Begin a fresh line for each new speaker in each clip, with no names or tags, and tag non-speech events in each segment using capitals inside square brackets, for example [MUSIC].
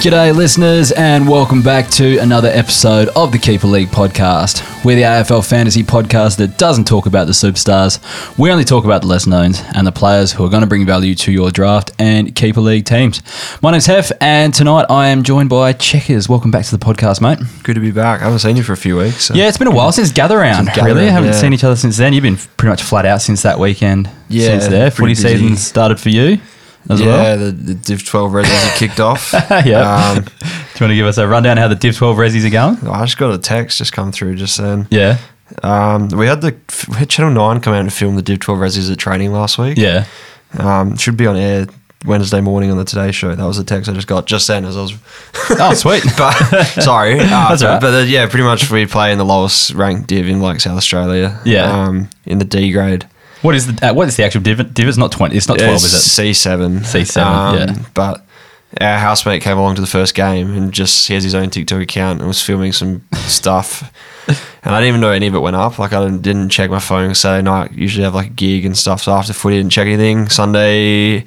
G'day, listeners, and welcome back to another episode of the Keeper League podcast. We're the AFL fantasy podcast that doesn't talk about the superstars. We only talk about the less knowns and the players who are going to bring value to your draft and Keeper League teams. My name's Hef, and tonight I am joined by Checkers. Welcome back to the podcast, mate.
Good to be back. I haven't seen you for a few weeks. so-
Yeah, it's been a while since Gather Round,
Since Gather
really.
Round,
haven't
yeah.
seen each other since then. You've been pretty much flat out since that weekend.
Yeah,
since there.
pretty
Footy
busy.
season started for you as
yeah,
well.
the, the Div 12 residency
[LAUGHS]
kicked off.
Yeah.
Um,
Do you want to give us a rundown of how the Div 12 resis are going?
I just got a text just come through just then.
Yeah.
Um, we had the we had Channel 9 come out and film the Div 12 resis at training last week.
[LAUGHS] Yeah.
Um, should be on air Wednesday morning on the Today Show. That was the text I just got just then as I was. [LAUGHS]
Oh, sweet. [LAUGHS]
But sorry. Uh,
That's all right.
But uh, yeah, pretty much we play in the lowest ranked Div in like South Australia.
Yeah.
Um, in the D grade.
what is the uh, what is the actual div? div? It's not twenty. It's not twelve,
it's
is it?
C7.
C7, yeah.
Um, But our housemate came along to the first game and just he has his own TikTok account and was filming some
[LAUGHS]
stuff. And I didn't even know any of it went up. Like I didn't, didn't check my phone Saturday night. Usually have like a gig and stuff. So after footy, didn't check anything. Sunday,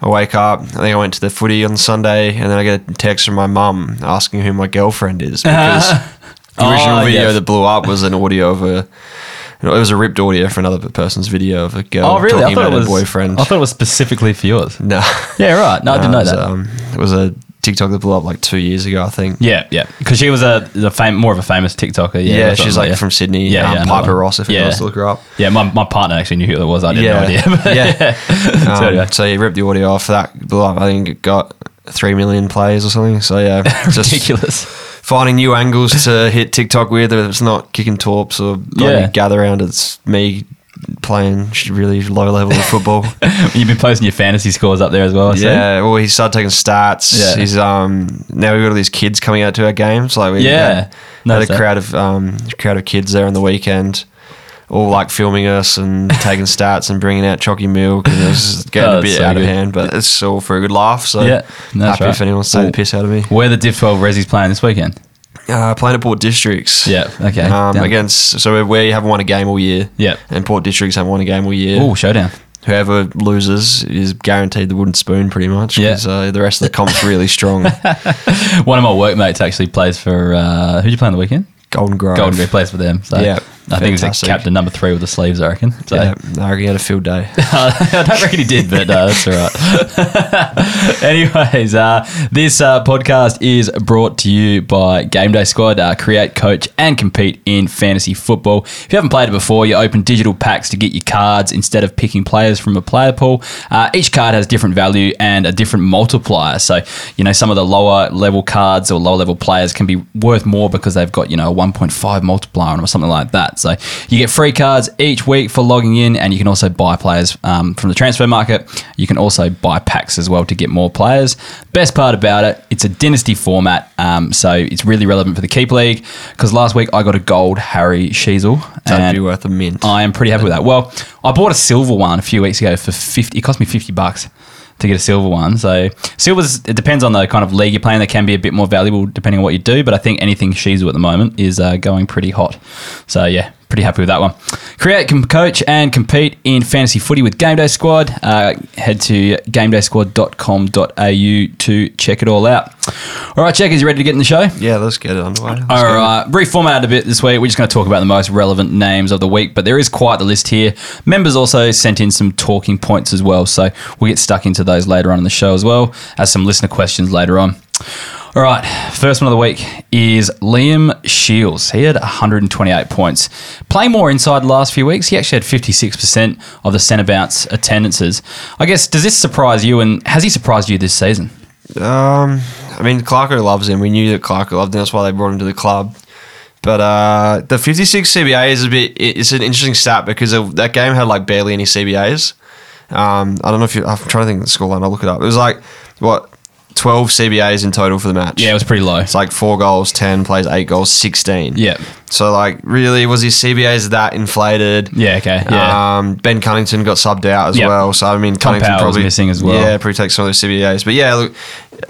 I wake up. I think I went to the footy on Sunday, and then I get a text from my mum asking who my girlfriend
[LAUGHS]
is because the original
Oh,
video
yes.
that blew up was an audio of a. It was a ripped audio for another person's video of a girl
Oh, really? I
talking
thought
about
it was
her boyfriend.
I thought it was specifically for yours.
No.
Yeah, right. No, I didn't
Uh,
know
it was,
that.
Um, it was a TikTok that blew up like two years ago, I think.
yeah, yeah. Because she was a the fam- more of a famous TikToker. Yeah,
Yeah,
that's what
she's
I'm
like from Sydney.
Yeah,
um,
yeah, I know
Piper
that.
Ross, if
Yeah.
you wants to look her up.
Yeah, my, my partner actually knew who that was. I didn't
yeah,
have no idea. [LAUGHS] But
yeah.
[LAUGHS] so
Um,
anyway.
so he ripped the audio off that blew up. I think it got three million plays or something. So
[LAUGHS]
yeah, just
ridiculous.
finding new angles to hit TikTok with. If it's not kicking torps or
Yeah.
yeah. gather around, it's me playing really low level of
[LAUGHS]
football.
You've been posting your fantasy scores up there as well. I see.
Yeah, well, he started taking stats.
Yeah.
He's um now we've got all these kids coming out to our games. Like we
Yeah.
had, had a
Noticed that.
crowd of um crowd of kids there on the weekend, all like filming us and
[LAUGHS]
taking stats and bringing out chalky milk. And it was getting
Oh,
a
that's
bit
so
out of
good.
hand, but it's all for a good laugh. So
Yeah, that's
happy
right.
if anyone's taking
Ooh.
the piss out of me.
Where the Div 12 resis playing this weekend?
Uh, playing at Port Districts.
Yeah, okay.
Um,
Down.
against so we haven't won a game all year.
Yeah.
And Port Districts haven't won a game all year.
Oh, showdown.
whoever loses is guaranteed the wooden spoon pretty much
Yeah.
'cause, uh, the rest of the
[LAUGHS]
comp's really strong.
One of my workmates actually plays for. Uh, who do you play on the weekend?
Golden Grove.
Golden Green plays for them. So
Yeah,
I think he's like
fantastic.
captain number three with the sleeves, I reckon. So
Yeah, I reckon he had a field day.
[LAUGHS] I don't reckon he did, but no, that's all right. [LAUGHS] Anyways, uh, this uh, podcast is brought to you by Game Day Squad. Uh, create, coach, and compete in fantasy football. If you haven't played it before, you open digital packs to get your cards instead of picking players from a player pool. Uh, each card has different value and a different multiplier. So, you know, some of the lower level cards or lower level players can be worth more because they've got, you know, a 1.5 multiplier on them or something like that. So you get free cards each week for logging in, and you can also buy players um, from the transfer market. You can also buy packs as well to get more players. Best part about it, it's a dynasty format, um, so it's really relevant for the keep league. Because last week I got a gold Harry Sheasel,
That'd
and
be worth a mint.
I am pretty happy with that. Well, I bought a silver one a few weeks ago for fifty. It cost me fifty bucks to get a silver one. So silvers, it depends on the kind of league you're playing. They can be a bit more valuable depending on what you do. But I think anything Shizu at the moment is uh, going pretty hot. So yeah, pretty happy with that one. Create, com- coach, and compete in fantasy footy with Game Day Squad. Uh, head to gamedaysquad.com.au to check it all out. All right, checkers, you ready to get in the show?
yeah, let's get it underway. Let's
All
go.
right, reformatted a bit this week. We're just going to talk about the most relevant names of the week, but there is quite the list here. Members also sent in some talking points as well, so we'll get stuck into those later on in the show as well as some listener questions later on. All right, first one of the week is Liam Shields. He had 128 points. Playing more inside the last few weeks, he actually had 56% of the centre bounce attendances. I guess, does this surprise you, and has he surprised you this season?
Um, I mean, Clarko loves him. We knew that Clarko loved him. That's why they brought him to the club. But uh, the 56 CBA is a bit. it- It's an interesting stat because of- that game had like barely any CBAs. Um, I don't know if you. I'm trying to think of the scoreline. I'll look it up. It was like what 12 CBAs in total for the match.
Yeah, it was pretty low.
It's like four goals, ten plays, eight goals, sixteen.
Yeah.
So like, really, was his CBAs that inflated?
Yeah, okay, yeah.
Um, ben Cunnington got subbed out as
Yep.
well. So I mean,
Tom
Cunnington
Power was
probably
missing as well.
Yeah, probably take some of those CBAs. But yeah, look,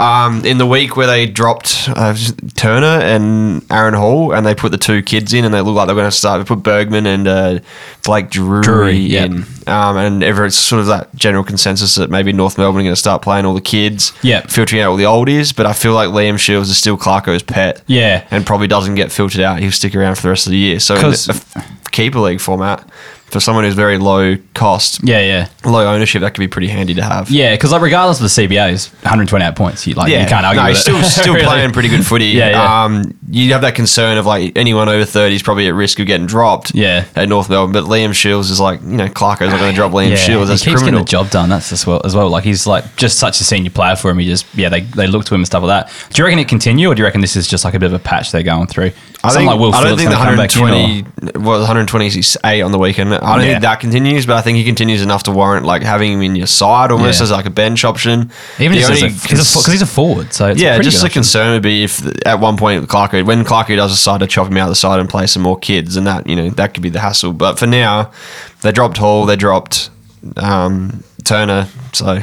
um, in the week where they dropped uh, Turner and Aaron Hall, and they put the two kids in, and they look like they're going to start. They put Bergman and uh, Blake Drury,
Drury, yep.
in, um, and Everett's sort of that general consensus that maybe North Melbourne are going to start playing all the kids,
Yep.
filtering out all the oldies. But I feel like Liam Shields is still Clarko's pet,
Yeah.
and probably doesn't get filtered out. He'll stick around for the rest of the year. So in
'Cause-
a f- keeper league format. For someone who's very low cost,
Yeah, yeah.
low ownership, that could be pretty handy to have.
Yeah, because like regardless of the CBAs, 120 out points, you like you can't argue
No,
with
he's
[LAUGHS]
still
it.
still
Really.
playing pretty good footy.
Yeah, yeah.
Um, you have that concern of like anyone over thirty is probably at risk of getting dropped.
Yeah.
At North Melbourne, but Liam Shields is like you know Clarko's
[SIGHS]
not going to drop Liam
Yeah, he
Shields. That's
keeps getting
criminal.
the job done. That's as well as well. Like he's like just such a senior player for him. He just yeah, they, they look to him and stuff like that. Do you reckon it continue, or do you reckon this is just like a bit of a patch they're going through?
I,
Something
think,
Will
I don't
Phillips
think the
gonna come back in,
120 well, 128 on the weekend. I don't
Yeah.
think that continues, but I think he continues enough to warrant like having him in your side almost
Yeah.
as like a bench option.
or- even
The
if it's
only
just because he's, a,
cons-
'cause he's a forward, so it's
yeah,
pretty
just
good
the
option.
concern would be if at one point Clarko, when Clarko does decide to chop him out of the side and play some more kids, and that you know that could be the hassle. But for now, they dropped Hall, they dropped um, Turner, so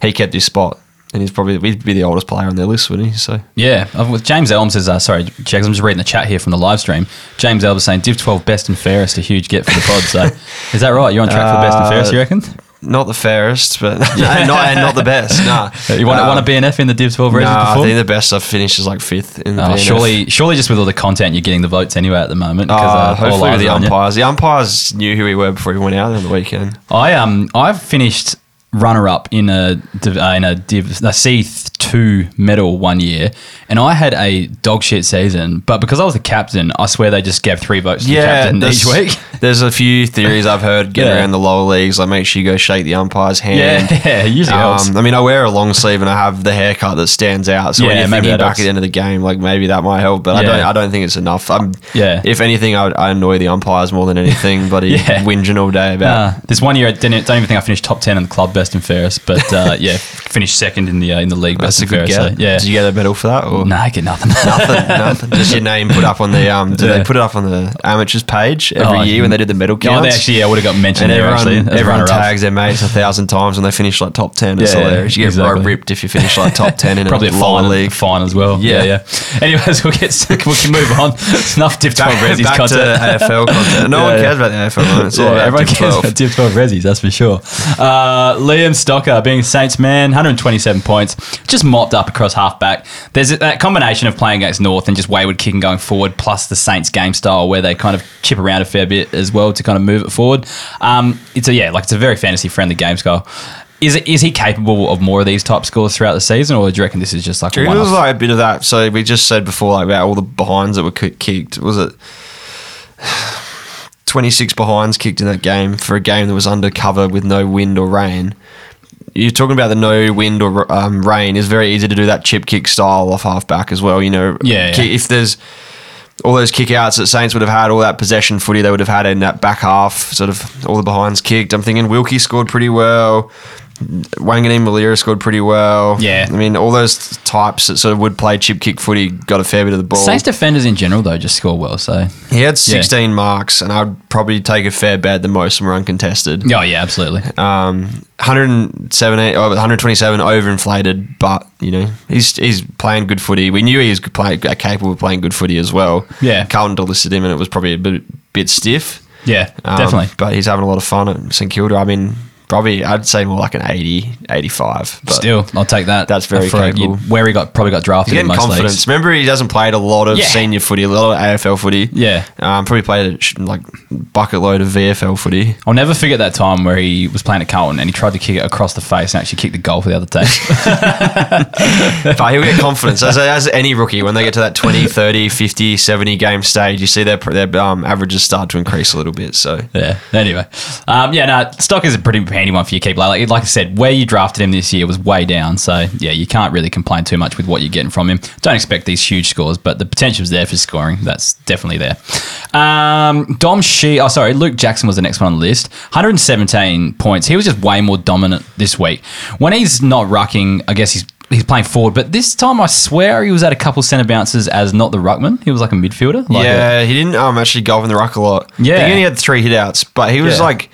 he kept his spot, and he's probably he'd be the oldest player on their list, wouldn't he? So
Yeah, uh, with James Elm says, uh, sorry, Jags, I'm just reading the chat here from the live stream. James Elm is saying Div 12 best and fairest, a huge get for the pod.
[LAUGHS]
So is that right? You're on track for best and
Uh,
fairest, you reckon?
not the
[LAUGHS]
fairest, but and, not, and not the best. [LAUGHS] Nah,
Uh, You want,
Um,
want a BNF in the Div 12 races
nah, I
before?
think the best I've finished is like fifth in the
Uh,
BNF.
surely, surely, just with all the content, you're getting the votes anyway at the moment. 'cause,
Uh,
all
hopefully
eyes
with the
are on you.
umpires. The umpires knew who we were before we went out on the weekend.
I um, I've finished runner up in a div- uh, in a div a C two medal one year, and I had a dog shit season. But because I was the captain, I swear they just gave three votes to the captain
there's-
each
[LAUGHS]
week.
There's a few theories I've heard getting
Yeah.
around the lower leagues. Like, make sure you go shake the umpire's hand.
[LAUGHS] Yeah, yeah, usually helps.
Um, I mean, I wear a long sleeve and I have the haircut that stands out. So
Yeah,
when you're
maybe
thinking
that
back
helps.
at the end of the game, like maybe that might help. But I
Yeah.
don't. I don't think it's enough. I'm,
Yeah.
If anything, I, would- I annoy the umpires more than
[LAUGHS]
anything. Bloody
Yeah.
whinging all day about.
Uh, this one year, I didn't, don't even think I finished top ten in the club best and fairest, but uh, [LAUGHS] yeah, finished second in the uh, in the league best
That's a
and
good
fairest.
get.
so, yeah,
Did you get a medal for that? Or?
nah, I get
[LAUGHS]
nothing. [LAUGHS]
Nothing, nothing. Just your name put up on the um. Do
Yeah.
they put it up on the amateurs page every
Oh,
year when they did the medal
Oh,
counts?
they actually, yeah, I would have got mentioned
And
there
everyone,
actually. as
everyone
runner-up.
tags their mates a thousand times when they finish like top ten. It's
Yeah,
hilarious. You get
exactly.
ripped if you finish like top ten in
Probably
a
a
lower
fine,
league.
fine as well. Yeah,
Yeah.
yeah. Anyways, [LAUGHS] we'll get we can move on. [LAUGHS] It's enough Div 12
[LAUGHS] Back,
Resi's
back to
content.
AFL content. No
Yeah, [LAUGHS]
one
yeah.
cares about the AFL. Man. It's all
Yeah,
about
everyone
Div
cares
12.
about [LAUGHS] Div 12 Resis, that's for sure. Uh, Liam Stocker being Saints man, 127 points, just mopped up across halfback. There's that combination of playing against North and just wayward kicking going forward, plus the Saints game style where they kind of chip around a fair bit as well to kind of move it forward. Um, it's a yeah, like it's a very fantasy friendly game style. Is it is he capable of more of these type scores throughout the season, or do you reckon this is just like a
It was
one-off?
like a bit of that. So we just said before, like about all the behinds that were ki- kicked. Was it [SIGHS] twenty six behinds kicked in that game for a game that was under cover with no wind or rain? You're talking about the no wind or um, rain. It's very easy to do that chip kick style off half back as well. You know,
Yeah,
Ki-
yeah.
If there's all those kick outs that Saints would have had, all that possession footy they would have had in that back half, sort of all the behinds kicked. I'm thinking Wilkie scored pretty well. Wanganeen Malira scored pretty well.
Yeah.
I mean, all those types that sort of would play chip kick footy got a fair bit of the ball.
Saints defenders in general though just score well, so
he had 16 marks, and I'd probably take a fair bet the most of them were uncontested.
oh yeah,
[LAUGHS]
absolutely.
Um, 178, oh, 127 overinflated, but you know he's he's playing good footy. We knew he was play, uh, capable of playing good footy as well.
Yeah.
Carlton delisted him, and it was probably a bit bit stiff.
Yeah,
Um,
definitely.
But he's having a lot of fun at St Kilda. I mean, probably I'd say more like an 80, 85. But
Still, I'll take that.
That's very
For-
capable.
you- Where he got probably got drafted
He's
in
getting
most
confidence.
leagues.
Remember, he hasn't played a lot of
Yeah.
senior footy, a lot of AFL footy.
Yeah.
um, probably played a, sh- like bucket load of
[LAUGHS]
VFL footy.
I'll never forget that time where he was playing at Carlton and he tried to kick it across the face and actually kicked the goal for the other
[LAUGHS]
team.
But he'll get confidence as, as any rookie when they get to that 20, 30, 50, 70 game stage. You see their pr- their um, averages start to increase a little bit. So
yeah. Anyway, um, yeah. No, Stock is a pretty handy one for your keeper. Like, like I said, where you drafted him this year was way down. So yeah, you can't really complain too much with what you're getting from him. Don't expect these huge scores, but the potential's there for scoring. That's definitely there. Um, Dom She, oh sorry, Luke Jackson was the next one on the list. 117 points. He was just way more dominant this week. When he's not rucking, I guess he's he's playing forward. But this time, I swear he was at a couple centre bounces as not the ruckman. He was like a midfielder. Like uh, a-
yeah, he didn't um, actually go in the ruck a lot.
Yeah.
he only had three hitouts, but he was
Yeah.
like,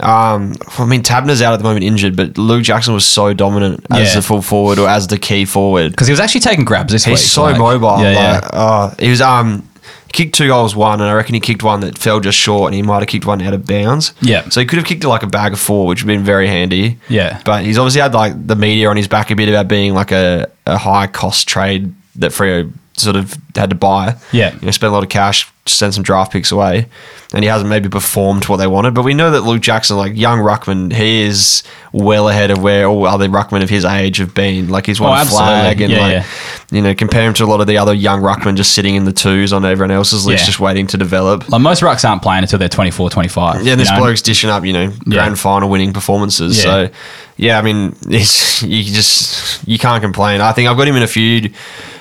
um, I mean, Tabner's out at the moment injured, but Luke Jackson was so dominant as
Yeah.
the full forward or as the key forward.
because he was actually taking grabs this week.
He's so
like-
mobile.
Yeah, yeah.
like, oh, he was um kicked two goals, one, and I reckon he kicked one that fell just short, and he might have kicked one out of bounds.
Yeah.
So he could have kicked it like a bag of four, which would have been very handy.
Yeah.
But he's obviously had like the media on his back a bit about being like a, a high cost trade that Freo sort of had to buy.
Yeah.
You know, spend a lot of cash, send some draft picks away, and he hasn't maybe performed what they wanted. But we know that Luke Jackson, like young ruckman, he is well ahead of where all other ruckmen of his age have been. Like he's
Oh,
won a
absolutely.
flag and
Yeah,
like
yeah.
you know, compare him to a lot of the other young ruckmen just sitting in the twos on everyone else's list,
Yeah.
just waiting to develop.
Like most rucks aren't playing until they're 24, 25.
Yeah,
you
this
know?
bloke's dishing up, you know,
Yeah.
grand final winning performances.
Yeah.
So, yeah, I mean, [LAUGHS] it's, you just you can't complain. I think I've got him in a few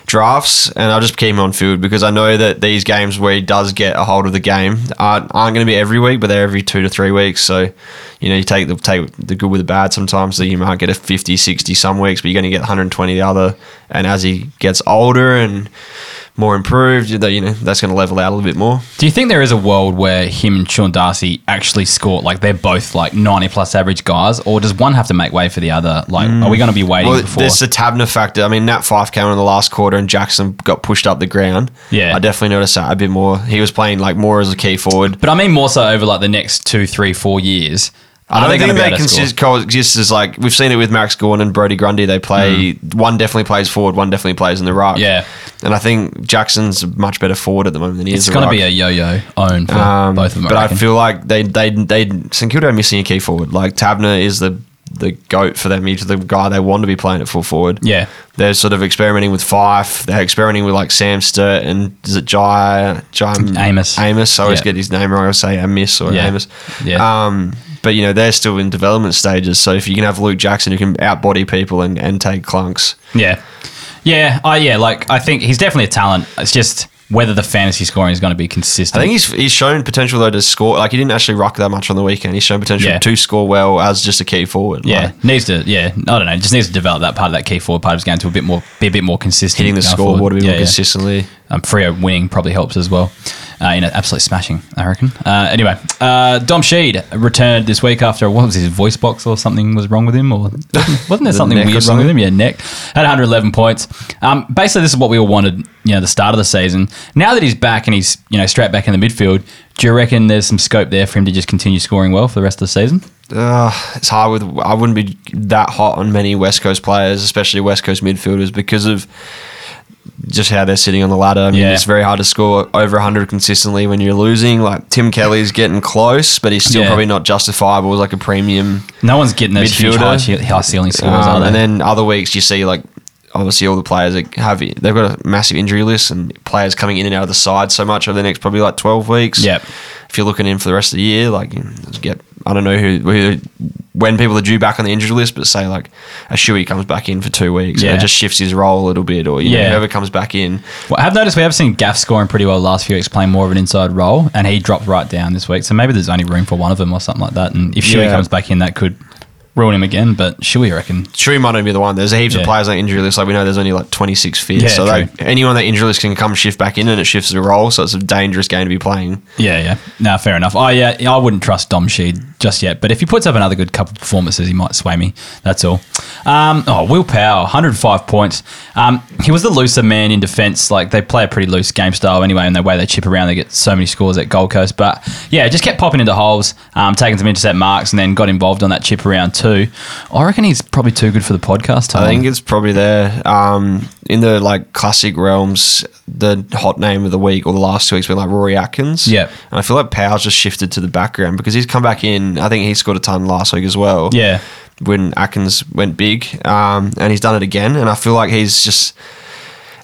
drafts, and I'll just keep him on field because I know that these games where he does get a hold of the game aren't, aren't going to be every week, but they're every two to three weeks. So, you know, you take the take the good with the bad sometimes. So you might get a 50, 60 some weeks, but you're going to get 120 the other. And as he gets older and more improved, you know, you know, that's going to level out a little bit more.
Do you think there is a world where him and Sean Darcy actually score? Like they're both like 90 plus average guys, or does one have to make way for the other? Like, are we going to be waiting
Mm. Well,
before?
there's the Tabner factor. I mean, Nat Fife came on in the last quarter and Jackson got pushed up the ground.
Yeah.
I definitely noticed that a bit more. He was playing like more as a key forward.
but I mean more so over like the next two, three, four years.
I
Are
don't
they going
think
to be
they
able to score?
consist, coexist as like we've seen it with Max Gorn and Brody Grundy. They play one definitely plays forward, one definitely plays in the ruck.
Mm. Yeah.
and I think Jackson's a much better forward at the moment than he
It's
is.
going to be a yo-yo own for both of them.
Um, But I,
reckon.
feel like they they they St Kilda are missing a key forward. Like Tabner is the the goat for them. He's the guy they want to be playing at full forward.
yeah,
they're sort of experimenting with Fife. They're experimenting with like Sam Sturt and is it Jai Jai um,
Amos.
Amos. I always
Yeah.
get his name wrong. I always say Amos or
Yeah.
Amos.
Yeah.
Um, but you know they're still in development stages. So if you can have Luke Jackson who can outbody people and, and take clunks,
yeah, yeah. I yeah, like I think he's definitely a talent. It's just whether the fantasy scoring is going to be consistent.
I think he's he's shown potential though to score. Like he didn't actually rock that much on the weekend. He's shown potential
Yeah.
to score well as just a key forward.
Yeah,
Like,
needs to. Yeah, I don't know. Just needs to develop that part of that key forward part of his game to a bit more, be a bit more consistent.
hitting the
going
scoreboard
forward.
a bit
yeah,
more consistently.
Yeah. Um, Freo winning probably helps as well. Uh, you know, absolute smashing, I reckon. Uh, anyway, uh, Dom Sheed returned this week after what was his voice box or something was wrong with him, or wasn't
[LAUGHS]
there
The
something
neck or
weird wrong
something?
with him? Yeah, neck had 111 points. Um, basically, this is what we all wanted. You know, the start of the season. Now that he's back and he's you know straight back in the midfield, do you reckon there's some scope there for him to just continue scoring well for the rest of the season?
Uh, it's hard with. I wouldn't be that hot on many West Coast players, especially West Coast midfielders, because of just how they're sitting on the ladder. I mean,
Yeah.
it's very hard to score over 100 consistently when you're losing. Like Tim Kelly's getting close, but he's still
Yeah.
probably not justifiable as like a premium.
No one's getting those huge high,
Midfielder.
high ceiling scores,
Um,
are they?
and then other weeks you see like obviously all the players that have they've got a massive injury list and players coming in and out of the side so much over the next probably like 12 weeks.
Yep.
If you're looking in for the rest of the year, like you know, just get I don't know who, who when people are due back on the injury list, but say like a Shuey comes back in for two weeks and
Yeah.
it just shifts his role a little bit, or you
Yeah.
know, whoever comes back in.
well, I've noticed we have seen Gaff scoring pretty well the last few weeks, playing more of an inside role, and he dropped right down this week. So maybe there's only room for one of them or something like that. And if Shuey
Yeah.
comes back in, that could ruin him again. But Shuey, I reckon.
Shuey might not be the one. There's heaps
Yeah.
of players on the injury list. Like we know, there's only like 26 fits.
Yeah,
so
true.
like anyone on that injury list can come shift back in, and it shifts the role. So it's a dangerous game to be playing.
Yeah, yeah. Now, fair enough. I yeah, I wouldn't trust Dom Sheed just yet. But if he puts up another good couple of performances, he might sway me. That's all. Um, oh, Will Power, 105 points. Um, he was the looser man in defence. Like they play a pretty loose game style anyway, and the way they chip around, they get so many scores at Gold Coast. But yeah, just kept popping into holes, um, taking some intercept marks, and then got involved on that chip around too. I reckon he's probably too good for the podcast. Tom.
I think it's probably there. Um, in the like classic realms, the hot name of the week or the last two weeks been like Rory Atkins.
Yep.
And I feel like Powell's just shifted to the background because he's come back in. I think he scored a ton last week as well.
Yeah.
When Atkins went big, um, and he's done it again, and I feel like he's just.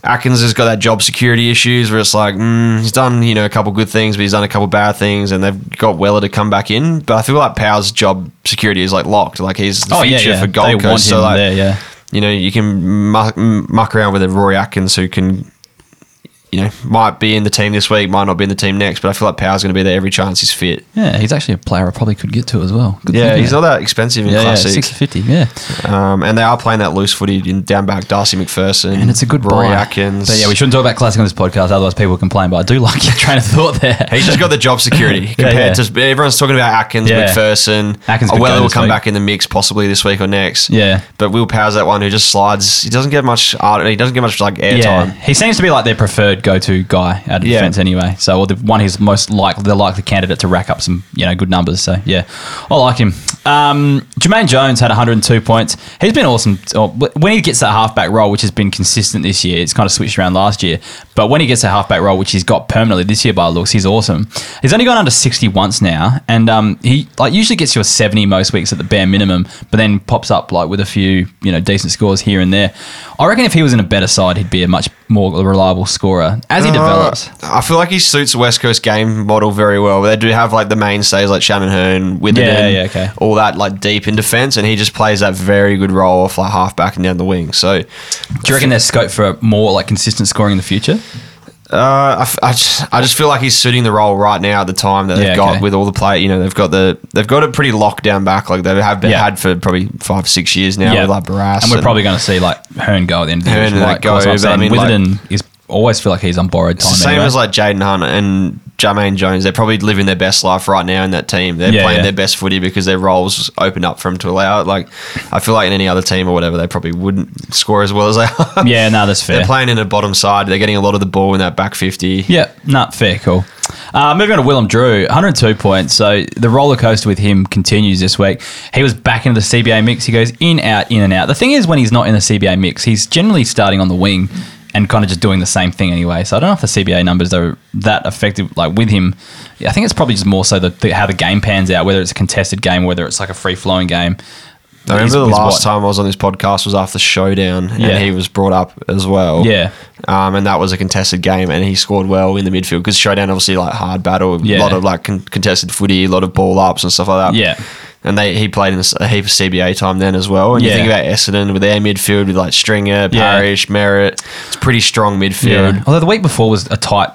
Atkins has got that job security issues where it's like mm, he's done you know a couple good things, but he's done a couple bad things, and they've got Weller to come back in. But I feel like Power's job security is like locked. Like he's the
Oh, yeah,
future
yeah.
for Gold
They
Coast.
want
so
him
like,
there, yeah.
you know, you can muck, muck around with a Roy Atkins who can. You know, might be in the team this week, might not be in the team next, but I feel like Power's going to be there every chance he's fit.
Yeah, he's actually a player I probably could get to as well. Good
Yeah,
thinking
he's
there.
not that expensive in
yeah, yeah,
classic.
six fifty. Yeah,
Um, and they are playing that loose footed in down back Darcy McPherson.
and it's a good
Rory
buy.
Atkins.
But yeah, we shouldn't talk about classic on this podcast, otherwise people complain. But I do [LAUGHS] like your train of thought there.
He's just got the job [LAUGHS] security compared
yeah.
to everyone's talking about Atkins,
Yeah.
McPherson.
Atkins
Oh,
could
Weller
go
will
this
come
week.
back in the mix possibly this week or next.
Yeah.
But Will Power's that one who just slides. He doesn't get much art. He doesn't get much like
yeah,
airtime.
he seems to be like their preferred go-to guy out of
Yeah.
defense anyway. So, or the one who's most likely the likely candidate to rack up some you know good numbers. So, yeah, I like him. Um, Jermaine Jones had 102 points. He's been awesome. or When he gets that halfback role, which has been consistent this year, it's kind of switched around last year. But when he gets that halfback role, which he's got permanently this year by the looks, he's awesome. He's only gone under 60 once now, and um, he like usually gets you a 70 most weeks at the bare minimum, but then pops up like with a few you know decent scores here and there. I reckon if he was in a better side, he'd be a much more reliable scorer as he develops.
Uh, I feel like he suits the West Coast game model very well. They do have like the mainstays like Shannon Hearn, Witherden,
Yeah, yeah, okay.
all that like deep in defence, and he just plays that very good role off like halfback and down the wing. So
Do you reckon there's scope for more like consistent scoring in the future?
Uh, I, f- I just, I just feel like he's suiting the role right now at the time that they've
Yeah,
got
okay.
with all the play. You know, they've got the they've got it pretty locked down back. Like they have been
Yeah.
had for probably five six years now with like Barras.
and we're probably going to see like Hearn go at the end of the
Hearn
year.
and
Like,
that go,
that's what I'm
but
saying.
I mean, like-
Witherden is always feel like he's on borrowed time.
it's the same
anyway.
as like Jaden Hunt and Jermaine Jones. They're probably living their best life right now in that team. They're
Yeah,
playing
yeah.
their best footy because their roles opened up for them to allow it. Like I feel like in any other team or whatever, they probably wouldn't score as well as they are. [LAUGHS]
yeah, no, that's fair.
They're playing in a bottom side. They're getting a lot of the ball in that back fifty.
Yeah, not fair, cool. Uh, moving on to Willem Drew, 102 points. So the roller coaster with him continues this week. He was back into the CBA mix. He goes in, out, in and out. The thing is, when he's not in the CBA mix, he's generally starting on the wing and kind of just doing the same thing anyway. So I don't know if the CBA numbers are that effective, like with him. Yeah, I think it's probably just more so the, the how the game pans out, whether it's a contested game, whether it's like a free flowing game.
I remember
Is-
the
is
last
what-
time I was on this podcast was after Showdown,
Yeah.
and he was brought up as well.
Yeah.
um, and that was a contested game, and he scored well in the midfield because Showdown obviously like hard battle, a
Yeah.
lot of like con- contested footy, a lot of ball ups and stuff like that.
Yeah.
and they he played in s- a heap of CBA time then as well. And
Yeah.
you think about Essendon with their midfield with like Stringer,
Yeah.
Parrish, Merritt, it's a pretty strong midfield.
Although the week before was a tight,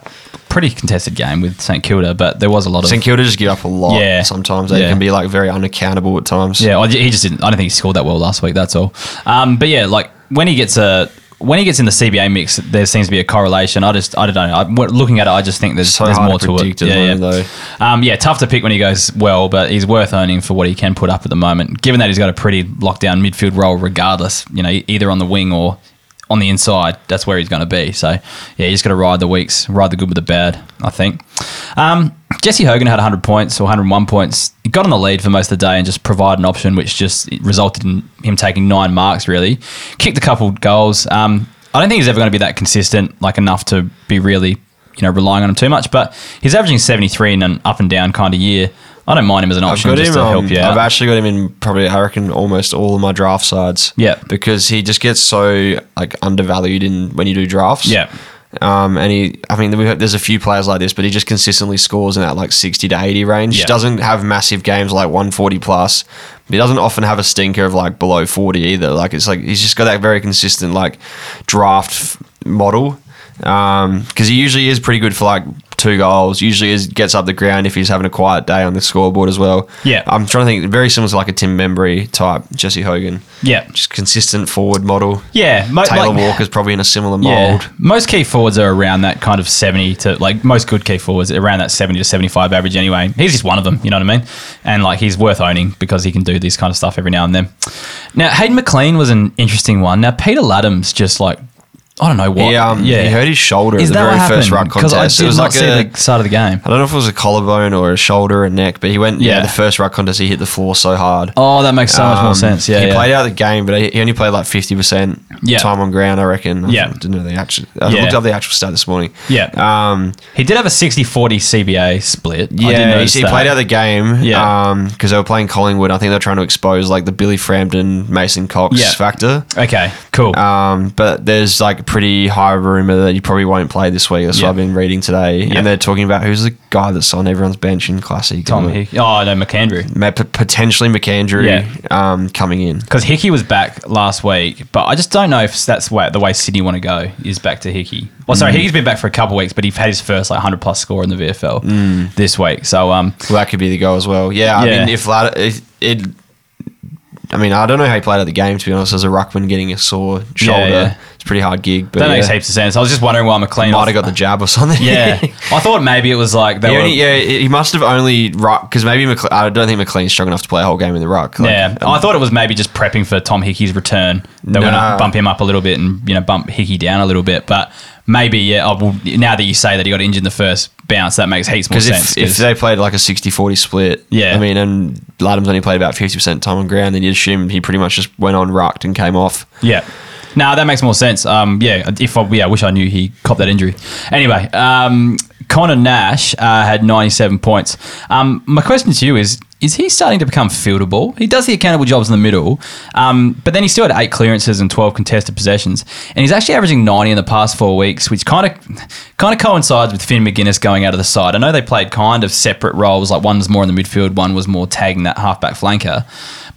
pretty contested game with St Kilda, but there was a lot of
St Kilda just give up a lot.
Yeah.
sometimes they
Yeah.
can be like very unaccountable at times.
Yeah, I- he just didn't. I don't think he scored that well last week. That's all. Um, but yeah, like when he gets a when he gets in the CBA mix, there seems to be a correlation. I just I don't know. I, when- looking at it, I just think there's
So
there's
hard
more
to
to, it.
predict at the
yeah,
moment,
yeah. Um, yeah, tough to pick when he goes well, but he's worth owning for what he can put up at the moment. Given that he's got a pretty locked down midfield role, regardless, you know, either on the wing or on the inside, that's where he's going to be. So yeah, you just got to ride the weeks, ride the good with the bad. I think. Um, Jesse Hogan had 100 points or 101 points. He got on the lead for most of the day and just provided an option, which just resulted in him taking nine marks, really. Kicked a couple goals. Um, I don't think he's ever going to be that consistent, like enough to be really, you know, relying on him too much, but he's averaging 73 in an up and down kind of year. I don't mind him as an
I've
option
got
just
him.
to
um,
help you out.
I've actually got him in probably I reckon almost all of my draft sides.
Yeah.
because he just gets so like undervalued in when you do drafts.
Yeah.
Um, and he, I mean, we've, there's a few players like this, but he just consistently scores in that like 60 to 80 range.
Yeah.
Doesn't have massive games like 140 plus. He doesn't often have a stinker of like below 40 either. Like it's like he's just got that very consistent like draft f- model. Um, because he usually is pretty good for like two goals. Usually is gets up the ground if he's having a quiet day on the scoreboard as well.
Yeah.
I'm trying to think. Very similar to like a Tim Membry type, Jesse Hogan.
yeah.
Just consistent forward model.
Yeah. Mo-
Taylor
like-
Walker's probably in a similar mold.
Most key forwards are around that kind of 70 to like most good key forwards are around that 70 to 75 average anyway. He's just one of them, you know what I mean? And like he's worth owning because he can do this kind of stuff every now and then. Now, Hayden McLean was an interesting one. Now, Peter Laddam's just like, I don't know what.
He, um, he hurt his shoulder
Is
at the
that
very
what
first ruck
happened? Because I
contest.
did
it was
not
like
see
a,
the start of the game.
I don't know if it was a collarbone or a shoulder and neck, but he went yeah,
Yeah.
the first ruck contest. He hit the floor so hard.
Oh, that makes so much more
Um,
sense. Yeah,
he
yeah.
played out the game, but he he only played like fifty percent
Yeah.
time on ground. I reckon. I
Yeah.
didn't know the actual. I
Yeah.
looked up the actual stat this morning.
Yeah.
um,
He did have a 60-40 CBA split. I did
yeah,
notice
he, he
that.
played out the game.
Yeah.
Yeah, because they were playing Collingwood. I think they were trying to expose like the Billy Frampton, Mason Cox
Yeah.
factor.
Okay, cool.
Um, but there's like pretty high rumor that you probably won't play this week. That's
Yeah.
what I've been reading today.
Yeah.
And they're talking about who's the guy that's on everyone's bench in E. Classic.
Tom Hickey. Oh, no, McAndrew.
May- p- potentially McAndrew
Yeah.
um, coming in.
Because Hickey was back last week, but I just don't know if that's where, the way Sydney want to go is back to Hickey. Well,
Mm.
sorry, Hickey's been back for a couple of weeks, but he had his first like hundred plus score in the VFL
Mm.
this week. So um,
Well, that could be the goal as well. Yeah, I
Yeah.
mean, if Lad- it, it, I mean, I don't know how he played at the game. To be honest, as a ruckman getting a sore shoulder,
yeah.
it's a pretty hard gig. But
that
yeah,
makes heaps of sense. I was just wondering why McLean
might have got the jab or
[LAUGHS]
something. [LAUGHS]
Yeah, I thought maybe it was like they
He
were.
only, yeah, he must have only ruck because maybe McLe- I don't think McLean's strong enough to play a whole game in the ruck. Like, um,
yeah, I thought it was maybe just prepping for Tom Hickey's return. They were going
Nah.
to bump him up a little bit and you know bump Hickey down a little bit, but maybe yeah. I will, now that you say that he got injured in the first bounce, that makes heaps more
Because
sense.
if, if
'cause-
they played like a 60-40 split,
Yeah.
I mean, and Ladham's only played about fifty percent time on ground, then you'd assume he pretty much just went on rucked and came off.
Yeah. No, that makes more sense. Um, yeah, if I, yeah, I wish I knew he copped that injury. Anyway, um, Connor Nash uh, had 97 points. Um, my question to you is: Is he starting to become fieldable? He does the accountable jobs in the middle, um, but then he still had eight clearances and 12 contested possessions, and he's actually averaging 90 in the past four weeks, which kind of kind of coincides with Finn McGuinness going out of the side. I know they played kind of separate roles, like one's more in the midfield, one was more tagging that halfback flanker.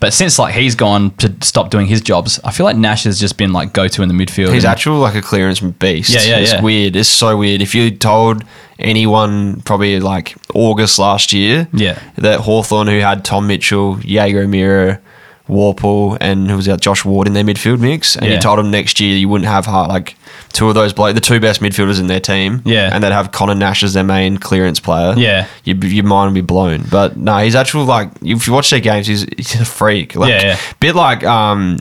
But since like he's gone to stop doing his jobs, I feel like Nash has just been like go to in the midfield.
He's
and-
actual like a clearance beast.
Yeah, yeah,
It's
yeah.
weird. It's so weird. If you told anyone probably like August last year,
Yeah.
that Hawthorn who had Tom Mitchell, Jaeger O'Meara, Warple, and who was that Josh Ward in their midfield mix, and
Yeah.
you told them next year you wouldn't have heart like two of those bloke, the two best midfielders in their team,
Yeah.
and they'd have Connor Nash as their main clearance player,
Yeah.
your, your mind would be blown. But no, he's actual like if you watch their games, he's, he's a freak. Like,
Yeah, yeah.
Bit like um,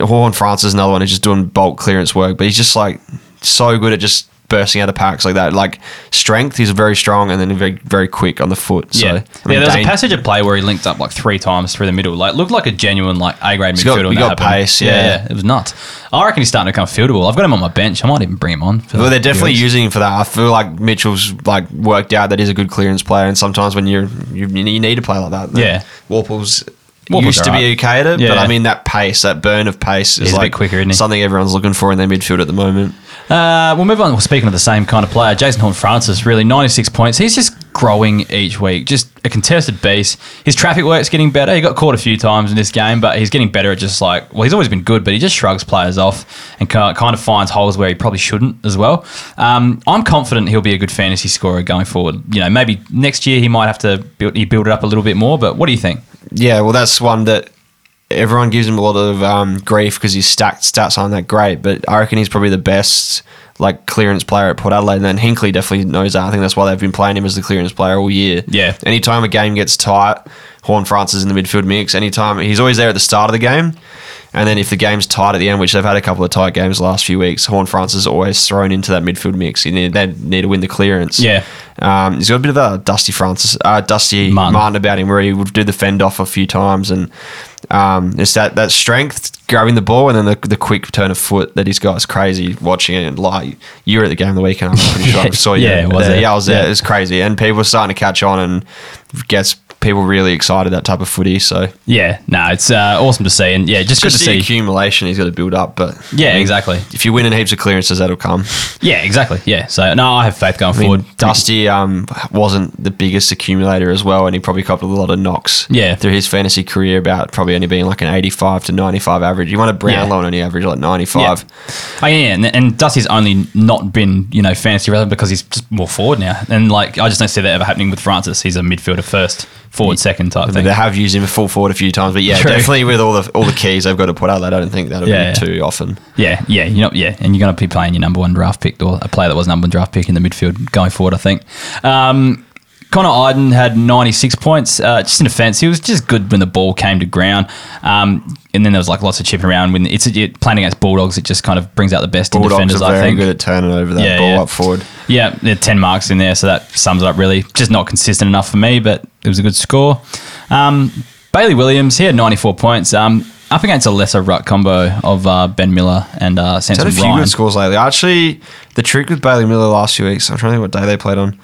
Horn France is another one who's just doing bulk clearance work, but he's just like so good at just bursting out of packs like that. Like strength, he's very strong and then very very quick on the foot. So
yeah,
I mean,
yeah. There was a
Dan-
passage of play where he linked up like three times through the middle. Like looked like a genuine like A grade midfielder.
got-
when
he
that
got
happened.
pace, yeah.
it was nuts. I reckon he's starting to become fieldable. I've got him on my bench. I might even bring him on. For
Well,
the
they're definitely
viewers.
using him for that. I feel like Mitchell's like worked out that he's a good clearance player, and sometimes when you're you, you need to play like that. then
Yeah.
Warple's.
Warple's
used to be
alright.
okay at it, but
Yeah.
I mean that pace, that burn of pace is
He's a bit
like
quicker, isn't he?
something everyone's looking for in their midfield at the moment.
Uh, we'll move on. Well, speaking of the same kind of player, Jason Horn Francis, really 96 points. He's just growing each week, just a contested beast. His traffic work's getting better. He got caught a few times in this game, but he's getting better at just like, well, he's always been good, but he just shrugs players off and ki- kind of finds holes where he probably shouldn't as well. Um, I'm confident he'll be a good fantasy scorer going forward. You know, maybe next year he might have to build, he build it up a little bit more, but what do you think?
Yeah, well, that's one that everyone gives him a lot of um, grief because his stacked stats aren't that great. But I reckon he's probably the best like clearance player at Port Adelaide. And then Hinkley definitely knows that. I think that's why they've been playing him as the clearance player all year.
Yeah.
Anytime a game gets tight, Horn Francis in the midfield mix. Anytime he's always there at the start of the game. And then if the game's tight at the end, which they've had a couple of tight games the last few weeks, Horn Francis is always thrown into that midfield mix. You need, they need to win the clearance.
Yeah.
Um, he's got a bit of a Dusty Francis, uh, Dusty
Martin.
Martin. about him, where he would do the fend off a few times, and um, it's that that strength grabbing the ball, and then the, the quick turn of foot that he's got is crazy. Watching it, and like you were at the game of the weekend, I'm pretty sure I saw
[LAUGHS]
you.
Yeah, was
there.
it?
yeah, I was there.
Yeah.
It was crazy, and people were starting to catch on, and gets people really excited that type of footy. So it's
Yeah, no, it's uh, awesome to see. And yeah, just,
just
good
the
to see.
accumulation he's got to build up, but
Yeah, exactly.
If you win in heaps of clearances, that'll come.
Yeah, exactly. Yeah. So, no, I have faith going
I mean,
forward.
Dusty um, wasn't the biggest accumulator as well, and he probably copped a lot of knocks
Yeah.
through his fantasy career about probably only being like an 85 to 95 average. You want a Brownlow
Yeah.
and only average like 95.
Oh, yeah, and, and Dusty's only not been, you know, fantasy relevant because he's just more forward now. And, like, I just don't see that ever happening with Francis. He's a midfielder first, forward second type
But
thing.
They have used him full forward a few times, but yeah,
True.
definitely with all the all the keys they've got to put out, I don't think that'll
Yeah, yeah.
be too often.
Yeah, yeah, you know, yeah. And you're going to be playing your number one draft pick or a player that was number one draft pick in the midfield going forward, I think. Um, Connor Iden had 96 points. Uh, just in defence, he was just good when the ball came to ground. Um, and then there was like lots of chipping around. When it's it, playing against Bulldogs, it just kind of brings out the best in
Bulldogs
defenders.
are
I
very
think
good at turning over that
Yeah,
ball
yeah.
up forward.
Yeah, there are 10 marks in there, so that sums it up really. Just not consistent enough for me, but it was a good score. Um, Bailey Williams, he had 94 points. Um, up against a lesser ruck combo of uh, Ben Miller and uh,
He's
Samson
had a few
Ryan.
good scores lately. Actually, the trick with Bailey Miller last few weeks, I'm trying to think what day they played on.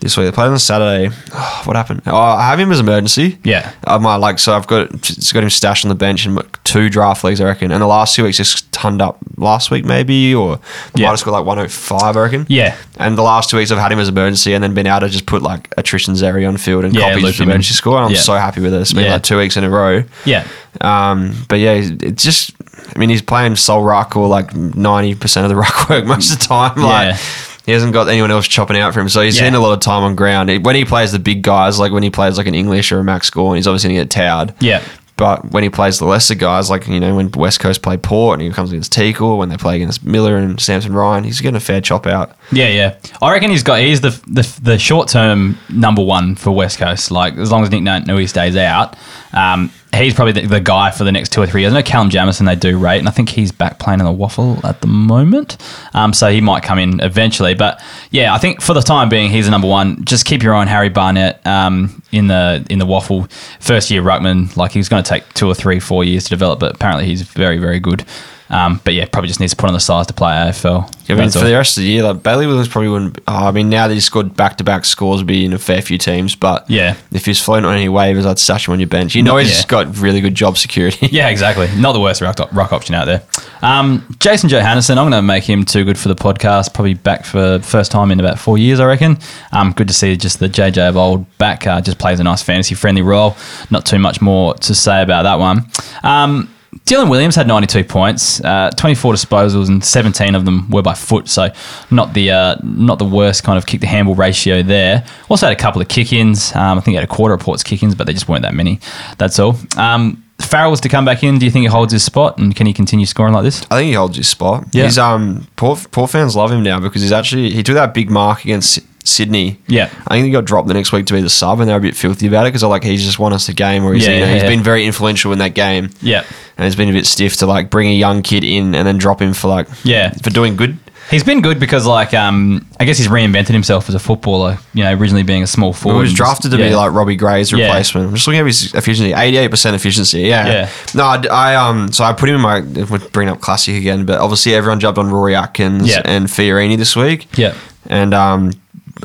this week. They played on Saturday. [SIGHS] what happened? Oh, I have him as emergency. Um,
Yeah.
I might like so I've got it's got him stashed on the bench in two draft leagues I reckon, and the last two weeks just turned up last week maybe or
Yeah.
might have scored like 105 I reckon.
Yeah.
And the last two weeks I've had him as emergency and then been able to just put like attrition Zeri on field and
Yeah,
copy
loop
just the
him in.
emergency score. And I'm
Yeah.
so happy with it. It's been
Yeah.
like two weeks in a row.
Yeah.
Um, but yeah, it's just, I mean, he's playing sole ruck or like 90% of the [LAUGHS] ruck work most of the time. Like,
Yeah.
he hasn't got anyone else chopping out for him. So he's
Yeah.
in a lot of time on ground. When he plays the big guys, like when he plays like an English or a Max Gorn, he's obviously going to get towed.
Yeah.
But when he plays the lesser guys, like, you know, when West Coast play Port and he comes against Teagle, when they play against Miller and Samson Ryan, he's getting a fair chop out.
Yeah, yeah. I reckon he's got he's the the, the short term number one for West Coast. Like as long as Nick Nui stays out, um, he's probably the, the guy for the next two or three years. I know Callum Jamison they do rate, and I think he's back playing in the waffle at the moment. Um, so he might come in eventually. But yeah, I think for the time being, he's the number one. Just keep your eye on Harry Barnett um, in the in the waffle first year ruckman. Like he's going to take two or three, four years to develop, but apparently he's very, very good. Um, but yeah, probably just needs to put on the size to play AFL.
I mean,
That's
for
all.
the rest of the year, like Bailey Williams probably wouldn't. Oh, I mean, now that he's scored back to back scores, be in a fair few teams. But
Yeah.
if he's floating on any waivers, I'd stash him on your bench. You know, he's
Yeah.
got really good job security.
[LAUGHS]
[LAUGHS]
Yeah, exactly. Not the worst rock, rock option out there. Um, Jason Johannesson, I'm going to make him too good for the podcast. Probably back for first time in about four years, I reckon. Um, good to see just the JJ of old back. Uh, just plays a nice fantasy friendly role. Not too much more to say about that one. Um, Dylan Williams had 92 points, uh, 24 disposals, and 17 of them were by foot. So not the uh, not the worst kind of kick to handle ratio there. Also had a couple of kick-ins. Um, I think he had a quarter of Port's kick-ins, but they just weren't that many. That's all. Um, Farrell was to come back in. Do you think he holds his spot and can he continue scoring like this?
I think he holds his spot.
Yeah.
He's um, Port, Port fans love him now because he's actually he took that big mark against Sy- Sydney.
Yeah.
I think he got dropped the next week to be the sub, and they're a bit filthy about it because like he's just won us the game, or he's
Yeah,
you know,
yeah,
he's
yeah.
been very influential in that game.
Yeah.
and it's been a bit stiff to like bring a young kid in and then drop him for like
Yeah.
for doing good.
He's been good because, like, um, I guess he's reinvented himself as a footballer. You know, originally being a small
He
forward.
was
and just-
drafted to
yeah.
be like Robbie Gray's
Yeah.
replacement. I'm just looking at his efficiency, 88% efficiency. Yeah.
Yeah.
No, I, I, um, so I put him in my we're bringing up classic again, but obviously everyone jumped on Rory Atkins
Yeah.
and Fiorini this week.
Yeah.
And um,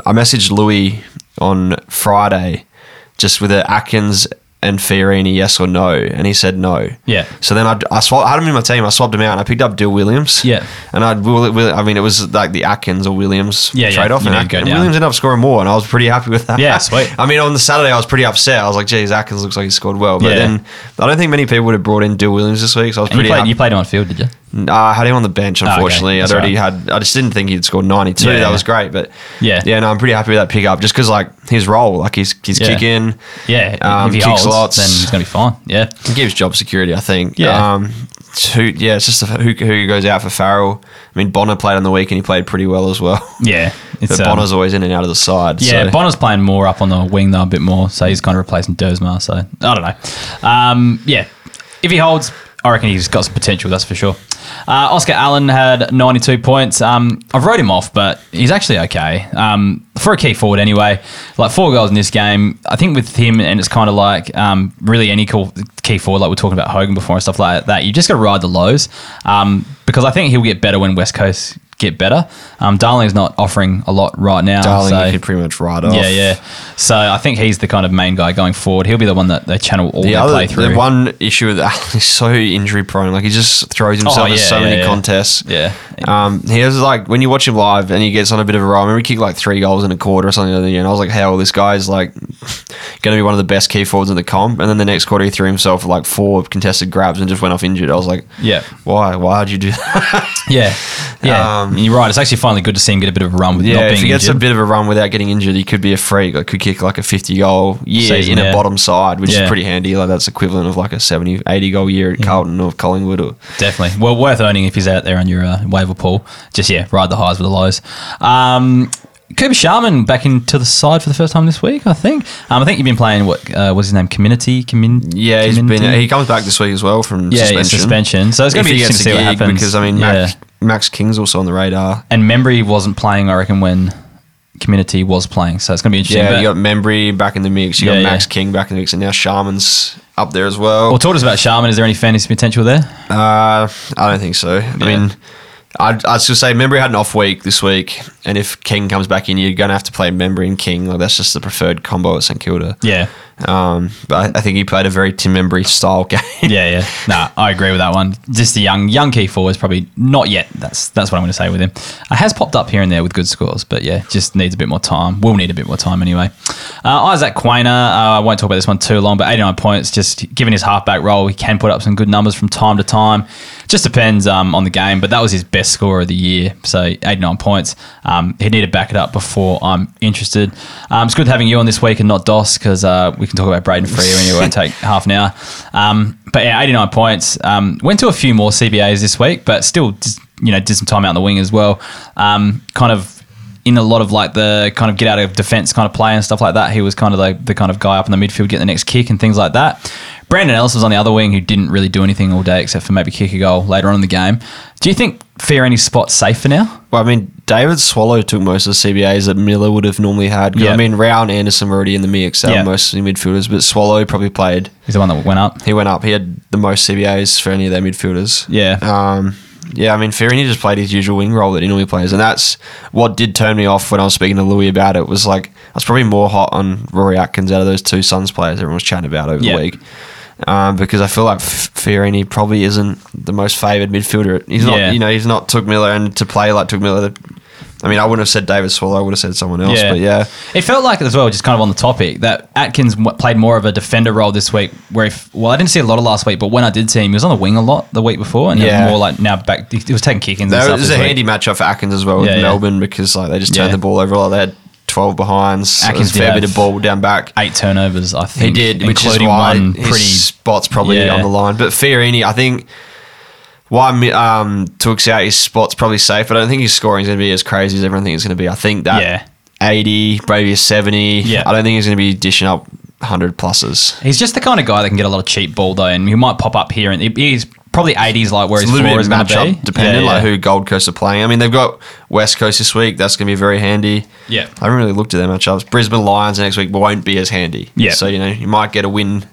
I messaged Louis on Friday just with a Atkins and Fiorini yes or no, and he said no.
Yeah.
So then I, I, swap, I had him in my team. I swapped him out and I picked up Dill Williams.
Yeah.
And I'd, Will, Will, I mean, it was like the Atkins or Williams
Yeah, yeah.
trade off.
You
And,
need to go
Atkin- and
down.
Williams ended up scoring more, and I was pretty happy with that.
Yeah, sweet.
[LAUGHS] I mean, on the Saturday, I was pretty upset. I was like, geez, Atkins looks like he scored well. But
Yeah.
then I don't think many people would have brought in Dill Williams this week, so I was
And you
pretty Um,
played, you
happy.
played him on field, did you?
Nah, I uh, had him on the bench,
Ah, okay.
unfortunately.
That's
I'd already had, I just didn't think he'd scored 92.
Yeah,
that
yeah.
was great. But
Yeah.
yeah, no, I'm pretty happy with that pickup just because, like, his role, like, he's, he's
Yeah.
kicking.
Yeah.
Um,
if he
kicks
holds,
lots.
then he's going to be fine. Yeah.
It gives job security, I think.
Yeah.
Um, who, yeah, it's just the, who, who goes out for Farrell. I mean, Bonner played on the week and he played pretty well as well. [LAUGHS]
Yeah.
But
um,
Bonner's always in and out of the side.
Yeah,
so.
Bonner's playing more up on the wing though a bit more, so he's kind of replacing Dersma. So I don't know. Um, yeah, if he holds, I reckon he's got some potential. That's for sure. Uh, Oscar Allen had 92 points. Um, I've wrote him off, but he's actually okay um, for a key forward anyway. Like four goals in this game. I think with him, and it's kind of like um, really any cool key forward, like we we're talking about Hogan before and stuff like that. You just got to ride the lows um, because I think he'll get better when West Coast. Get better. Um, Darling's not offering a lot right now.
Darling,
so-
you could pretty much write off.
yeah, yeah. So I think he's the kind of main guy going forward. He'll be the one that they channel all
The
their
other,
play through.
the one issue with Allen [LAUGHS] is so injury prone. Like he just throws himself
yeah,
in so
Oh, yeah,
many
yeah.
contests.
yeah,
Um, he was like when you watch him live and he gets on a bit of a roll. I remember he kicked like three goals in a quarter or something the other year, and I was like, "Hell, this guy's like [LAUGHS] going to be one of the best key forwards in the comp." And then the next quarter, he threw himself for like four contested grabs and just went off injured. I was like,
Yeah.
why? Why'd you do [LAUGHS] that?"
yeah, yeah.
Um,
You're right. It's actually finally good to see him get a bit of a run with not
yeah,
being
if he gets
injured.
a bit of a run without getting injured, he could be a freak. Like could kick like a fifty goal year
Season,
in
yeah.
a bottom side, which
Yeah.
is pretty handy. Like that's equivalent of like a 70, 80 goal year at Carlton or Collingwood or.
Definitely. Well, worth earning if he's out there on your uh, waiver pool. Just yeah, ride the highs with the lows. Um, Cooper Sharman back into the side for the first time this week, I think. Um, I think you've been playing what uh, was his name? Community, community.
Yeah, he's been. He comes back this week as well from
yeah,
suspension.
yeah, suspension. So it's
If
going to be
he
interesting
gets
to
a
see what
gig,
happens
because I mean,
yeah.
Max, Max King's also on the radar.
and Membry wasn't playing, I reckon, when Community was playing. So it's going to be interesting.
Yeah,
But-
you got Membry back in the mix. You
Yeah,
got Max
yeah.
King back in the mix, and now Shaman's up there as well.
Well, talk to us about Sharman. Is there any fantasy potential there?
Uh, I don't think so. I mean, I'd, I'd still say Membry had an off week this week, and if King comes back in, you're going to have to play Membry and King. Like that's just the preferred combo at St Kilda.
Yeah.
Um, but I, I think he played a very Tim Membry style [LAUGHS] game.
Yeah, yeah. Nah, I agree with that one. Just the young young key forward is probably not yet. That's that's what I'm going to say with him. Uh, has popped up here and there with good scores, but yeah, just needs a bit more time. Will need a bit more time anyway. Uh, Isaac Quainer, uh, I won't talk about this one too long, but 89 points. Just given his halfback role, he can put up some good numbers from time to time. Just depends um, on the game, but that was his best score of the year. So 89 points. Um, he'd need to back it up before I'm interested. Um, it's good having you on this week and not Dos because uh, we can talk about Braden Freer and it won't take half an hour. Um, but yeah, 89 points. Um, went to a few more CBAs this week, but still, just, you know, did some time out on the wing as well. Um, kind of in a lot of like the kind of get out of defense kind of play and stuff like that. He was kind of like the kind of guy up in the midfield, get the next kick and things like that. Brandon Ellis was on the other wing who didn't really do anything all day except for maybe kick a goal later on in the game. Do you think Fair any spot safe for now?
Well, I mean, David Swallow took most of the CBAs that Miller would have normally had. 'Cause,
Yeah.
I mean, Rao and Anderson were already in the mix,
Yeah.
yeah. most of the midfielders, but Swallow probably played.
He's the one that went up.
He went up. He had the most CBAs for any of their midfielders.
Yeah.
Um, yeah, I mean, Ferini just played his usual wing role that he normally plays, and that's what did turn me off when I was speaking to Louis about it. Was like I was probably more hot on Rory Atkins out of those two Suns players everyone was chatting about over
Yeah.
the week, um, because I feel like Ferini probably isn't the most favoured midfielder. He's
Yeah.
not, you know, he's not Took Miller, and to play like Took Miller, I mean, I wouldn't have said David Swallow, I would have said someone else, but yeah,
It felt like as well, just kind of on the topic, that Atkins w- played more of a defender role this week. Where if well, I didn't see a lot of last week, but when I did see him, he was on the wing a lot the week before, and it
Yeah.
was more like now back. He was taking kick-ins. and
That
stuff
was
this
a
week.
handy matchup for Atkins as well with
Yeah, yeah.
Melbourne because like they just turned
Yeah.
the ball over. Like they had twelve behinds.
Atkins
Atkins
did
fair bit
have-
of ball down back.
Eight turnovers, I
He
think.
did, which is
including
why
one
his
pretty.
spot's probably
Yeah.
on the line. But Fiorini, I think why Mi- um, Tooks out his spot's probably safe. But I don't think his scoring's going to be as crazy as everyone thinks it's going to be. I think that
Yeah.
eighty, maybe a seventy.
Yeah.
I don't think he's going to be dishing up hundred pluses.
He's just the kind of guy that can get a lot of cheap ball though, and he might pop up here, and he- he's probably 80s like where
It's a
his
little
floor
bit
is going to be,
matchup dependent,
Yeah,
like
yeah.
who Gold Coast are playing. I mean, they've got West Coast this week. That's going to be very handy.
Yeah.
I haven't really looked at their matchups. Brisbane Lions next week won't be as handy.
Yeah.
So, you know, you might get a win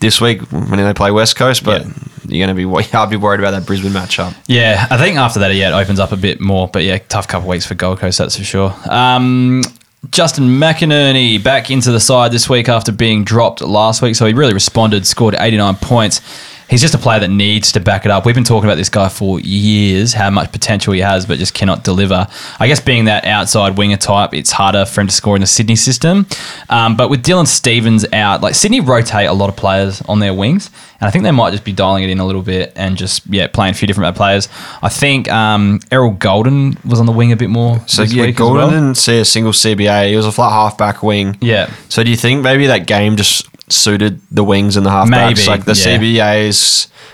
this week when they play West Coast, but
Yeah.
you're going to be, wo- [LAUGHS] I'd be worried about that Brisbane matchup.
Yeah, I think after that, yeah, it opens up a bit more. But yeah, tough couple of weeks for Gold Coast, that's for sure. Um, Justin McInerney back into the side this week after being dropped last week. So he really responded, scored 89 points. He's just a player that needs to back it up. We've been talking about this guy for years, how much potential he has, but just cannot deliver. I guess being that outside winger type, it's harder for him to score in the Sydney system. Um, but with Dylan Stevens out, like Sydney rotate a lot of players on their wings, and I think they might just be dialing it in a little bit and just yeah playing a few different players. I think um, Errol Golden was on the wing a bit more.
So,
this
yeah,
week
Gordon
as well.
didn't see a single CBA. He was a flat halfback wing.
yeah,
So, do you think maybe that game just suited the wings and the halfbacks?
Maybe,
like the
yeah.
CBAs.